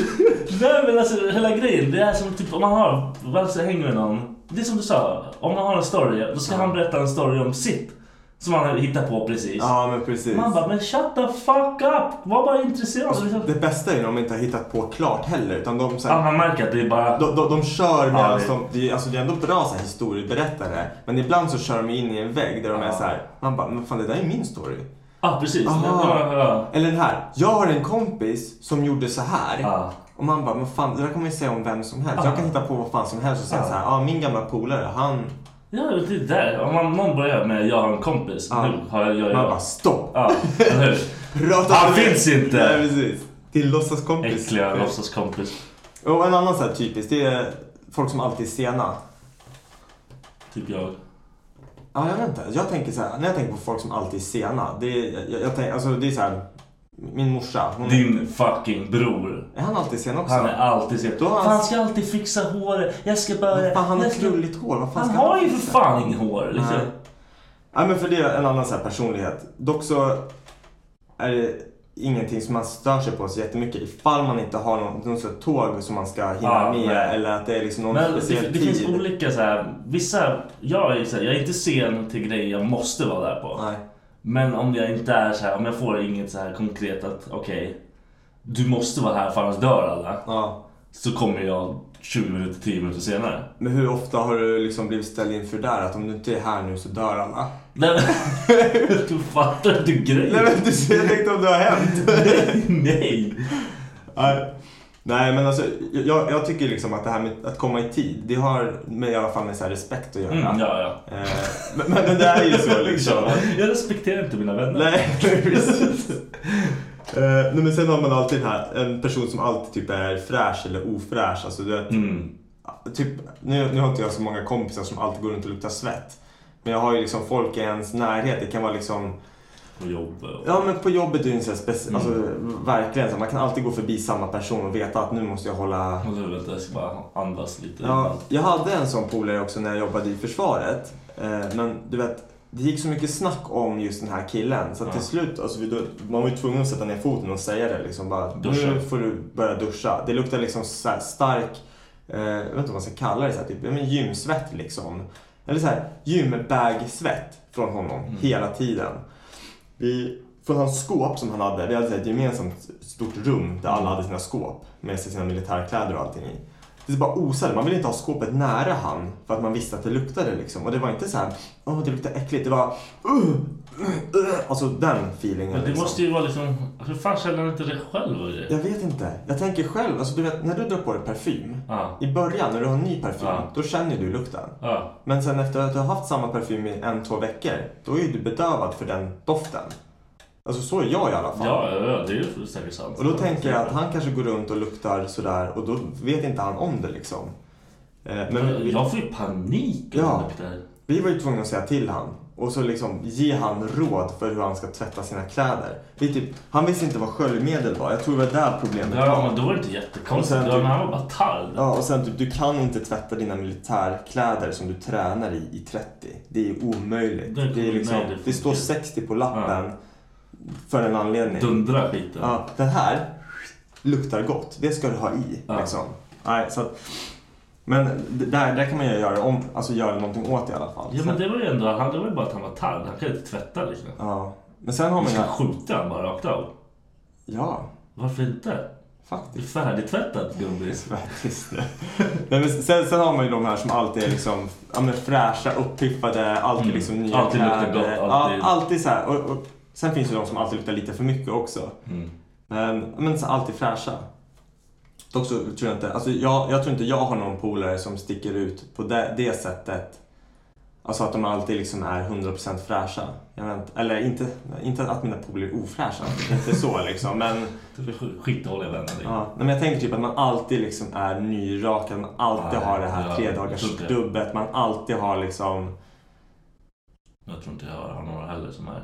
[SPEAKER 4] Nej men alltså hela grejen, det är som typ om man har, alltså hänger med någon. Det är som du sa, om man har en story, då ska han berätta en story om sitt. Som han hittar på precis.
[SPEAKER 2] Ja, men precis.
[SPEAKER 4] Man bara, men shut the fuck up! Var bara intresserad. Liksom.
[SPEAKER 2] Det bästa är ju när de inte har hittat på klart heller. Utan de, så här,
[SPEAKER 4] Ja, man märker att det är bara...
[SPEAKER 2] De, de, de kör med,
[SPEAKER 4] Ja, det-
[SPEAKER 2] alltså, de, det är- alltså, det är ändå bra så här, historieberättare, men ibland så kör de in i en vägg där de är så här, man bara, men fan det där är min story.
[SPEAKER 4] Ja, ah, precis.
[SPEAKER 2] Aha.
[SPEAKER 4] Ja, ja.
[SPEAKER 2] Eller den här, jag har en kompis som gjorde så här.
[SPEAKER 4] Ja.
[SPEAKER 2] Och man bara, men fan det där kommer jag säga om vem som helst. Jag kan hitta på vad fan som helst och säga så här, ah, min gamla polare, han...
[SPEAKER 4] Ja, det är där. Om man, någon börjar med jag har en kompis.
[SPEAKER 2] Ja.
[SPEAKER 4] Nu har jag, jag,
[SPEAKER 2] Man
[SPEAKER 4] jag.
[SPEAKER 2] bara, stopp!
[SPEAKER 4] Ja, eller hur?
[SPEAKER 2] Prata
[SPEAKER 4] Han
[SPEAKER 2] om det."
[SPEAKER 4] finns inte.
[SPEAKER 2] Nej, precis. Till låtsaskompis.
[SPEAKER 4] Äckliga låtsaskompis.
[SPEAKER 2] Och en annan så här typisk, det är folk som alltid är sena.
[SPEAKER 4] Typ jag.
[SPEAKER 2] Ja, jag vet inte. Jag tänker så här, när jag tänker på folk som alltid är sena. Det är, jag, jag tänker, alltså, det är så här, min morsa. Hon,
[SPEAKER 4] Din fucking bror.
[SPEAKER 2] Är han alltid sen också?
[SPEAKER 4] Han är alltid sen.
[SPEAKER 2] Då har han-
[SPEAKER 4] Han ska alltid fixa håret. Jag ska börja.
[SPEAKER 2] Men fan, han har
[SPEAKER 4] jag ska...
[SPEAKER 2] krulligt hår. Vad fan
[SPEAKER 4] Han
[SPEAKER 2] ska
[SPEAKER 4] har ju för
[SPEAKER 2] fixa?
[SPEAKER 4] fan inget hår. Liksom.
[SPEAKER 2] Nej. Ja, men för det är en annan så här personlighet. Dock så är det ingenting som man stör sig på så jättemycket ifall man inte har någon, någon så här tåg som man ska hinna
[SPEAKER 4] Ja,
[SPEAKER 2] med
[SPEAKER 4] nej.
[SPEAKER 2] eller att det är liksom någon
[SPEAKER 4] Men
[SPEAKER 2] speciell
[SPEAKER 4] det, det
[SPEAKER 2] tid.
[SPEAKER 4] finns olika så här. Vissa, jag är, så här, jag är inte sen till grejer jag måste vara där på.
[SPEAKER 2] Nej.
[SPEAKER 4] Men om jag inte är så här, om jag får inget så här konkret att okej, du måste vara här för annars dör alla.
[SPEAKER 2] Ja.
[SPEAKER 4] Så kommer jag 20 minuter, 10 minuter senare.
[SPEAKER 2] Men hur ofta har du liksom blivit ställd inför där att om du inte är här nu så dör alla?
[SPEAKER 4] Nej men, du fattar inte
[SPEAKER 2] Nej
[SPEAKER 4] grejen.
[SPEAKER 2] men du ser direkt om det har hänt.
[SPEAKER 4] Nej.
[SPEAKER 2] Nej. Nej men alltså jag, jag tycker liksom att det här med att komma i tid, det har med i alla fall med så här respekt att göra.
[SPEAKER 4] Mm, ja, ja.
[SPEAKER 2] Eh, men, men det är ju så liksom.
[SPEAKER 4] Ja, Jag respekterar inte mina vänner.
[SPEAKER 2] Nej, precis. Eh, nej, men sen har man alltid den här, en person som alltid typ är fräsch eller ofräsch. Alltså, du vet,
[SPEAKER 4] Mm.
[SPEAKER 2] typ, nu, nu har inte jag så många kompisar som alltid går runt och luktar svett. Men jag har ju liksom folk i ens närhet. Det kan vara liksom,
[SPEAKER 4] Och jobb och...
[SPEAKER 2] ja men på jobbet är det en sån här
[SPEAKER 4] Mm.
[SPEAKER 2] speci- alltså, verkligen så här, man kan alltid gå förbi samma person och veta att nu måste jag hålla
[SPEAKER 4] Och så, vänta, jag ska bara andas lite.
[SPEAKER 2] Ja, jag hade en sån polare också när jag jobbade i försvaret. Eh, Men du vet, det gick så mycket snack om just den här killen. Så att till slut, alltså, vi, då, man var ju tvungen att sätta ner foten och säga det. Liksom, bara, nu
[SPEAKER 4] Duscha.
[SPEAKER 2] får du börja duscha. Det luktar liksom så här stark, eh, jag vet inte vad man ska kalla det, så här, typ, ja, men gymsvett liksom. Eller så här, gymbag-svett från honom
[SPEAKER 4] Mm.
[SPEAKER 2] hela tiden. Vi, från hans skåp som han hade, vi hade ett gemensamt stort rum där alla hade sina skåp med sig sina militärkläder och allting i. Det bara osade, man ville inte ha skåpet nära han för att man visste att det luktade liksom. Och det var inte så här, åh det luktar äckligt, det var uh, uh, uh. Alltså den feelingen.
[SPEAKER 4] Men det
[SPEAKER 2] liksom.
[SPEAKER 4] måste ju vara liksom... Hur fan känner du inte det själv? Och det?
[SPEAKER 2] Jag vet inte. Jag tänker själv, alltså du vet när du drar på dig parfym.
[SPEAKER 4] Ja.
[SPEAKER 2] I början när du har ny parfym,
[SPEAKER 4] Ja.
[SPEAKER 2] då känner ju du lukten.
[SPEAKER 4] Ja.
[SPEAKER 2] Men sen efter att du har haft samma parfym i en, två veckor, då är ju du bedövad för den doften. Alltså så är jag i alla fall.
[SPEAKER 4] Ja, ja, ja, det är ju säkert sant.
[SPEAKER 2] Och då tänker jag att han kanske går runt och luktar sådär och då vet inte han om det liksom. Eh, Men vi,
[SPEAKER 4] Jag får ju panik om
[SPEAKER 2] Ja.
[SPEAKER 4] han luktar.
[SPEAKER 2] vi var ju tvungna att säga till han och så liksom ge han råd för hur han ska tvätta sina kläder. Vi typ, han visste inte vad sköljmedel var. Jag tror det var där problemet
[SPEAKER 4] Ja,
[SPEAKER 2] var.
[SPEAKER 4] men då var det inte jättekonstigt.
[SPEAKER 2] Och sen
[SPEAKER 4] Ja,
[SPEAKER 2] typ-
[SPEAKER 4] men han var bara tall.
[SPEAKER 2] Ja, och sen typ, du kan inte tvätta dina militärkläder som du tränar i i 30. Det är ju omöjligt.
[SPEAKER 4] Det är-
[SPEAKER 2] Det, är liksom,
[SPEAKER 4] nej, det
[SPEAKER 2] det står
[SPEAKER 4] funkar
[SPEAKER 2] 60 på lappen för en anledning.
[SPEAKER 4] Dundra skiten.
[SPEAKER 2] Ja, den här luktar gott. Det ska du ha i.
[SPEAKER 4] Ja.
[SPEAKER 2] Liksom. Nej, så att, men d- där, där kan man ju göra, om, alltså göra någonting åt i alla fall.
[SPEAKER 4] Ja, men det var ju ändå, han, det var ju bara att han var tall. Han kan inte tvätta liksom.
[SPEAKER 2] ja. men sen har man
[SPEAKER 4] Man
[SPEAKER 2] ju...
[SPEAKER 4] ska skjuta han bara rakt av.
[SPEAKER 2] Ja,
[SPEAKER 4] Varför inte? Du är
[SPEAKER 2] faktiskt.
[SPEAKER 4] färdigtvättad gubbis.
[SPEAKER 2] Faktiskt. Nej, men sen, sen har man ju de här som alltid är liksom, ja, men fräscha, uppiffade, alltid
[SPEAKER 4] Mm.
[SPEAKER 2] liksom nya
[SPEAKER 4] Alltid luktar
[SPEAKER 2] kläder.
[SPEAKER 4] gott, alltid.
[SPEAKER 2] Ja, alltid så här. Och, och, sen finns det de som alltid luktar lite för mycket också.
[SPEAKER 4] Mm.
[SPEAKER 2] Men, men så alltid fräscha. Dock så tror jag inte, alltså jag, jag tror inte jag har någon polare som sticker ut på det, det sättet. Alltså att de alltid liksom är 100% fräscha. Jag vet, inte- eller inte, inte att mina polare är ofräscha, inte så liksom. Men,
[SPEAKER 4] Sk- Skitdåliga vänner. liksom.
[SPEAKER 2] ja, nej, men jag tänker typ att man alltid liksom är nyrakad, man alltid
[SPEAKER 4] Ja,
[SPEAKER 2] har det här
[SPEAKER 4] ja,
[SPEAKER 2] tre
[SPEAKER 4] jag
[SPEAKER 2] dagars
[SPEAKER 4] tror det.
[SPEAKER 2] dubbet, man alltid har liksom...
[SPEAKER 4] Jag tror inte jag har några heller som är...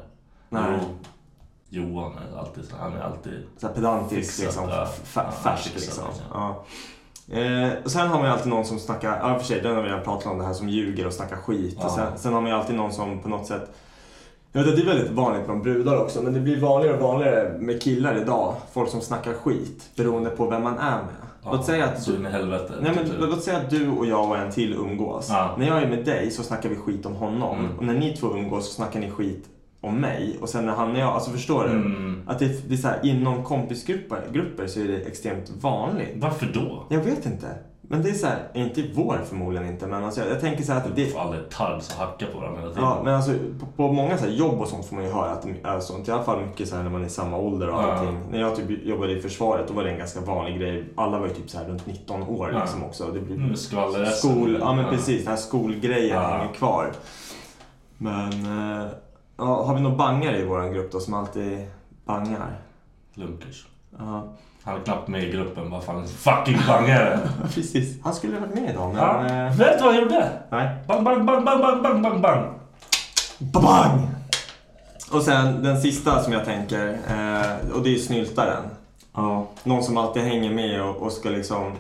[SPEAKER 2] Nej.
[SPEAKER 4] Jo, Johan är alltid så. Han är alltid...
[SPEAKER 2] så här pedantisk,
[SPEAKER 4] Fixat,
[SPEAKER 2] liksom,
[SPEAKER 4] ja.
[SPEAKER 2] f- f-
[SPEAKER 4] Ja,
[SPEAKER 2] färsk.
[SPEAKER 4] fixat,
[SPEAKER 2] liksom.
[SPEAKER 4] liksom.
[SPEAKER 2] Ja. Eh, och sen har man ju alltid någon som snackar, ja i och för sig den har vi redan pratat om, det här som ljuger och snackar skit.
[SPEAKER 4] Ja.
[SPEAKER 2] Och sen, sen har man ju alltid någon som på något sätt, jag vet att det är väldigt vanligt bland brudar också, men det blir vanligare och vanligare med killar idag. Folk som snackar skit beroende på vem man är med. Låt säga att
[SPEAKER 4] Så in i helvete.
[SPEAKER 2] Nej, men,
[SPEAKER 4] typ.
[SPEAKER 2] låt säga att du och jag och en till umgås.
[SPEAKER 4] Ja. Mm.
[SPEAKER 2] När jag är med dig så snackar vi skit om honom. Och när ni två umgås så snackar ni skit om mig. Och sen när han och jag, alltså förstår du?
[SPEAKER 4] Mm.
[SPEAKER 2] Att det, det är så här, inom kompisgrupper grupper så är det extremt vanligt.
[SPEAKER 4] Varför då?
[SPEAKER 2] Jag vet inte. Men det är så här, inte i vår förmodligen inte, men alltså jag, jag tänker så här att det...
[SPEAKER 4] För alla är tall så hackar på varandra hela tiden.
[SPEAKER 2] Ja, men alltså, på, på många så här jobb och sånt får man ju höra att det är sånt. I alla fall mycket så här när man är i samma ålder och
[SPEAKER 4] Ja.
[SPEAKER 2] allting. När jag typ jobbade i försvaret då var det en ganska vanlig grej. Alla var ju typ så här runt 19 år
[SPEAKER 4] Ja.
[SPEAKER 2] liksom också. Det blir
[SPEAKER 4] Mm, skvallerresten.
[SPEAKER 2] Skol, ja men precis, den här skolgrejen
[SPEAKER 4] Ja.
[SPEAKER 2] hänger kvar. Men, eh, ja, har vi någon bangare i vår grupp då som alltid bangar?
[SPEAKER 4] Lunkers.
[SPEAKER 2] Ja,
[SPEAKER 4] Han är knappt med i gruppen. Vad fan, en fucking bangare!
[SPEAKER 2] precis. Han skulle ha varit med idag men...
[SPEAKER 4] Ja.
[SPEAKER 2] eh,
[SPEAKER 4] Vet du vad jag gjorde?
[SPEAKER 2] nej.
[SPEAKER 4] Bang, bang, bang, bang, bang, bang, bang, bang.
[SPEAKER 2] Bang! Och sen den sista som jag tänker, eh, och det är ju snyltaren.
[SPEAKER 4] Ja.
[SPEAKER 2] Någon som alltid hänger med och, och ska liksom...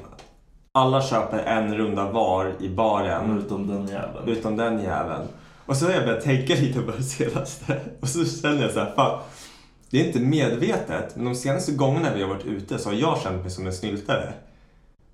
[SPEAKER 2] Alla köper en runda var i baren.
[SPEAKER 4] Utom den jäveln.
[SPEAKER 2] utom den jäveln. Och så har jag börjat tänka lite på det senaste och så känner jag så här, fan, det är inte medvetet, men de senaste gångerna vi har varit ute så har jag känt mig som en snyltare.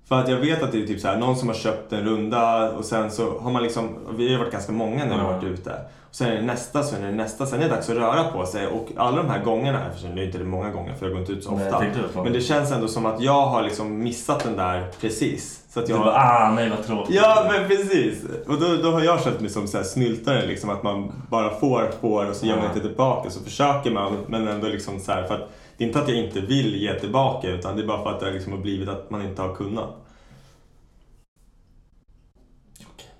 [SPEAKER 2] För att jag vet att det är typ så här, någon som har köpt en runda och sen så har man liksom, vi har varit ganska många när vi har varit
[SPEAKER 4] Mm.
[SPEAKER 2] ute. Och sen är det nästa, sen är det nästa, sen är det dags att röra på sig och alla de här gångerna, i och för sig, det är inte det många gånger för jag går inte ut så
[SPEAKER 4] Nej, jag
[SPEAKER 2] ofta.
[SPEAKER 4] tänkte det, fan.
[SPEAKER 2] men det känns ändå som att jag har liksom missat den där precis. Så att
[SPEAKER 4] Du
[SPEAKER 2] jag...
[SPEAKER 4] bara, ah nej vad tråkigt.
[SPEAKER 2] Ja, men precis. Och då, då har jag känt mig som så här snyltare, liksom, att man bara får, får och så ger man inte tillbaka. Så försöker man, men ändå liksom så här, för att det är inte att jag inte vill ge tillbaka, utan det är bara för att det liksom har blivit att man inte har kunnat.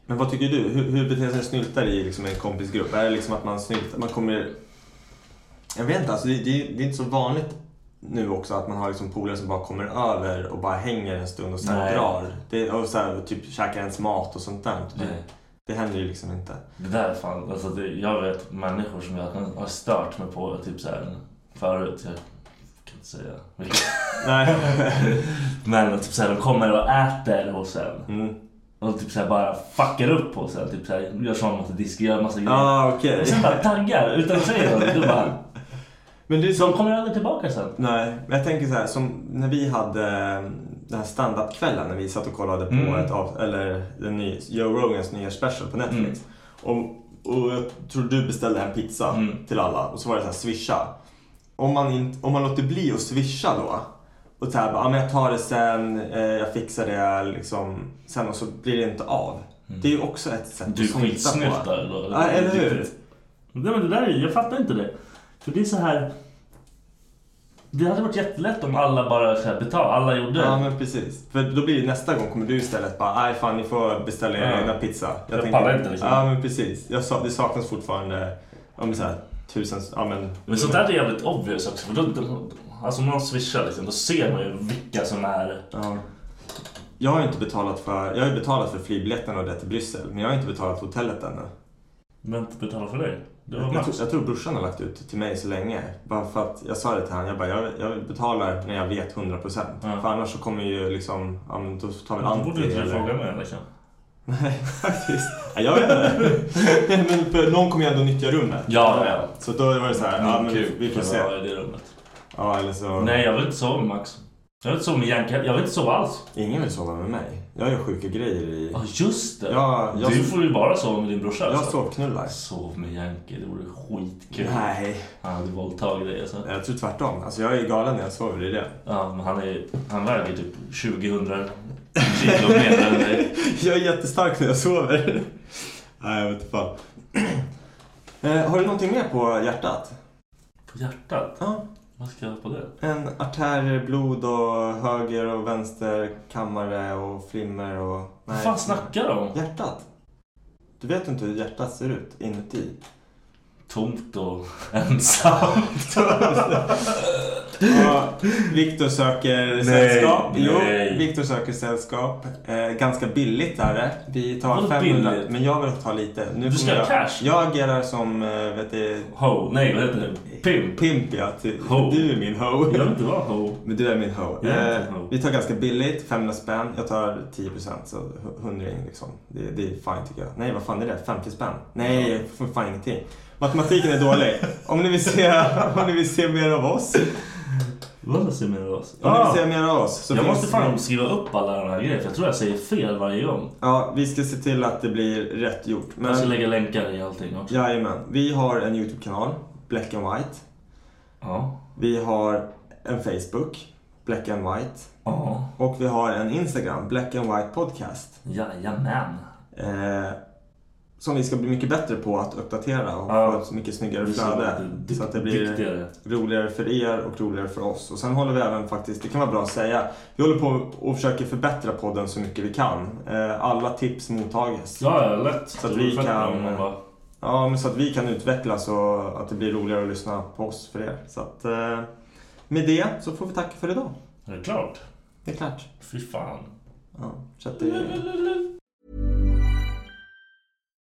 [SPEAKER 2] Men vad tycker du? Hur, hur beter sig en snyltare i liksom en kompisgrupp? Är det liksom att man snyltar? Man kommer... Jag vet inte, alltså det, det, det är inte så vanligt nu också att man har liksom polare som bara kommer över och bara hänger en stund och sen
[SPEAKER 4] Nej.
[SPEAKER 2] drar. Det, och så här, typ käkar ens mat och sånt där. Det,
[SPEAKER 4] Nej.
[SPEAKER 2] det händer ju liksom inte.
[SPEAKER 4] Det där är fan, alltså det, jag vet människor som jag kan- har stört mig på typ såhär förut. Jag kan inte säga vilka.
[SPEAKER 2] Nej.
[SPEAKER 4] Men typ såhär, de kommer och äter hos en.
[SPEAKER 2] Mm.
[SPEAKER 4] Och typ såhär bara fuckar upp hos en. Typ såhär, gör så massa disk, gör massa grejer.
[SPEAKER 2] Ah, okej.
[SPEAKER 4] Och sen bara taggar utan att säga något. Då bara,
[SPEAKER 2] Men det är
[SPEAKER 4] de
[SPEAKER 2] som...
[SPEAKER 4] kommer aldrig tillbaka sen.
[SPEAKER 2] Nej, men jag tänker så här, som när vi hade eh, den här standupkvällen när vi satt och kollade på
[SPEAKER 4] Mm.
[SPEAKER 2] ett av, eller den nya, Joe Rogans nya special på Netflix. Och, och jag tror du beställde en pizza
[SPEAKER 4] Mm.
[SPEAKER 2] till alla och så var det så här swisha. Om man, inte, om man låter bli att swisha då och så här, bara, ja, men jag tar det sen, eh, jag fixar det liksom sen och så blir det inte av. Det är ju också ett sätt
[SPEAKER 4] Mm. Du är
[SPEAKER 2] snylta
[SPEAKER 4] skitsnyltare då.
[SPEAKER 2] Ja, eller hur?
[SPEAKER 4] Nej men det där är, jag fattar inte det. För det är så här. Det hade varit jättelätt om alla bara så här betalade, alla gjorde.
[SPEAKER 2] Ja men precis. För då blir det nästa gång kommer du istället bara, nej fan ni får beställa er
[SPEAKER 4] Ja.
[SPEAKER 2] egna pizza.
[SPEAKER 4] Jag pallar inte, liksom.
[SPEAKER 2] Ja men precis. Jag sa, det saknas fortfarande, om så här, tusen... Ja, men,
[SPEAKER 4] Men sånt där är jävligt obvious också. För då, då, alltså om någon swishar liksom, då ser man ju vilka som är...
[SPEAKER 2] Ja. Jag har ju inte betalat för... Jag har ju betalat för flygbiljetten och det till Bryssel, men jag har inte betalat för hotellet ännu.
[SPEAKER 4] Vem betalar för dig? Det var
[SPEAKER 2] Jag
[SPEAKER 4] Max.
[SPEAKER 2] tror, jag tror brorsan har lagt ut till mig så länge. Bara för att jag sa det till honom. Jag bara, jag, jag betalar när jag vet 100%. För annars så kommer ju liksom, ja men då tar väl
[SPEAKER 4] Då borde
[SPEAKER 2] Antti
[SPEAKER 4] inte du
[SPEAKER 2] eller-
[SPEAKER 4] fråga mig liksom.
[SPEAKER 2] Nej, faktiskt. Nej, jag vet inte. Nej, men för någon kommer ju ändå nyttja rummet.
[SPEAKER 4] Ja, ja.
[SPEAKER 2] Så då var det så här, ja men vi,
[SPEAKER 4] Kuk
[SPEAKER 2] vi får
[SPEAKER 4] kan
[SPEAKER 2] se.
[SPEAKER 4] vara i det rummet.
[SPEAKER 2] Ja, eller så...
[SPEAKER 4] Nej, jag vill inte sova med Max. Jag vill inte sova med Janke. Jag vill inte sova alls.
[SPEAKER 2] Ingen vill sova med mig. Jag gör sjuka grejer i...
[SPEAKER 4] Ja, just det.
[SPEAKER 2] Ja, jag-
[SPEAKER 4] Du får ju bara sova med din brorsa.
[SPEAKER 2] Jag
[SPEAKER 4] alltså.
[SPEAKER 2] sovknullar.
[SPEAKER 4] Sov med Janke, det vore skitkul.
[SPEAKER 2] Nej,
[SPEAKER 4] Han hade våldtagit dig alltså.
[SPEAKER 2] jag tror tvärtom. Alltså jag är galen när jag sover, det är det.
[SPEAKER 4] Ja, men han, är, han väger typ 2000 kilo mer än dig.
[SPEAKER 2] Jag är jättestark när jag sover. Nej, jag vet inte fan. Eh, har du någonting mer på hjärtat?
[SPEAKER 4] På hjärtat?
[SPEAKER 2] Ja.
[SPEAKER 4] Vad ska jag ha på det?
[SPEAKER 2] En artär, blod och höger och vänster kammare och flimmer och...
[SPEAKER 4] Vad fan snackar du om?
[SPEAKER 2] Hjärtat. Du vet inte hur hjärtat ser ut inuti.
[SPEAKER 4] Tomt och ensamt.
[SPEAKER 2] Ja, Viktor söker sällskap. Jo,
[SPEAKER 4] nej.
[SPEAKER 2] Viktor söker sällskap. Eh, ganska billigt är det. Vi tar
[SPEAKER 4] Vadå
[SPEAKER 2] 500,
[SPEAKER 4] billigt?
[SPEAKER 2] men jag vill ta lite. Nu
[SPEAKER 4] Du ska
[SPEAKER 2] kommer
[SPEAKER 4] ha
[SPEAKER 2] jag,
[SPEAKER 4] cash?
[SPEAKER 2] Jag agerar som, eh, vet du,
[SPEAKER 4] Ho, nej vad heter det? Pimp.
[SPEAKER 2] Pimp ja, till,
[SPEAKER 4] Ho.
[SPEAKER 2] du är min ho.
[SPEAKER 4] Jag vill inte vara ho.
[SPEAKER 2] Men du är min ho.
[SPEAKER 4] Jag är inte
[SPEAKER 2] Eh,
[SPEAKER 4] ho.
[SPEAKER 2] vi tar ganska billigt, 500 spänn. Jag tar 10% så 100 liksom. Det, det är fine tycker jag. Nej, vad fan är det? 50 spänn? Nej, jag får fan ingenting. Matematiken är dålig. Om ni vill se, om ni vill se mer av oss,
[SPEAKER 4] Vad säger mer av oss?
[SPEAKER 2] om ni
[SPEAKER 4] Ah,
[SPEAKER 2] vill se mer av oss. Så
[SPEAKER 4] jag
[SPEAKER 2] finns-
[SPEAKER 4] måste fan skriva upp alla de här grejerna för jag tror jag säger fel varje gång.
[SPEAKER 2] Ja, vi ska se till att det blir rätt gjort.
[SPEAKER 4] Jag ska
[SPEAKER 2] Men,
[SPEAKER 4] lägga länkar i allting också.
[SPEAKER 2] jajamän. Vi har en YouTube-kanal, Black and White.
[SPEAKER 4] Ja.
[SPEAKER 2] Vi har en Facebook, Black and White.
[SPEAKER 4] Ja.
[SPEAKER 2] Och vi har en Instagram, Black and White Podcast.
[SPEAKER 4] Jajamän.
[SPEAKER 2] Eh, som vi ska bli mycket bättre på att uppdatera och
[SPEAKER 4] Ja.
[SPEAKER 2] få ett mycket snyggare
[SPEAKER 4] Vi ska
[SPEAKER 2] flöde.
[SPEAKER 4] bli
[SPEAKER 2] Så att det blir
[SPEAKER 4] duktigare.
[SPEAKER 2] roligare för er och roligare för oss. Och sen håller vi även faktiskt, det kan vara bra att säga, vi håller på och försöker förbättra podden så mycket vi kan. Eh, alla tips mottages.
[SPEAKER 4] Ja, ja, lätt.
[SPEAKER 2] Så att vi
[SPEAKER 4] Det är fett bra om
[SPEAKER 2] kan-
[SPEAKER 4] man bara-
[SPEAKER 2] Ja, men så att vi kan utvecklas och att det blir roligare att lyssna på oss för er. Så att eh, med det så får vi tacka för idag.
[SPEAKER 4] Är det klart?
[SPEAKER 2] Det är klart.
[SPEAKER 4] Fy fan.
[SPEAKER 2] Ja, så att det...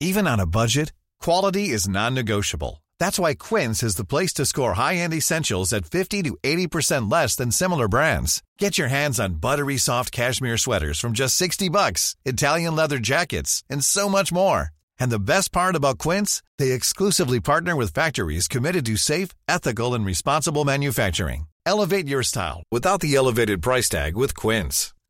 [SPEAKER 5] Even on a budget, quality is non-negotiable. That's why Quince is the place to score high-end essentials at 50 to 80% less than similar brands. Get your hands on buttery soft cashmere sweaters from just 60 bucks, Italian leather jackets, and so much more. And the best part about Quince, they exclusively partner with factories committed to safe, ethical, and responsible manufacturing. Elevate your style without the elevated price tag with Quince.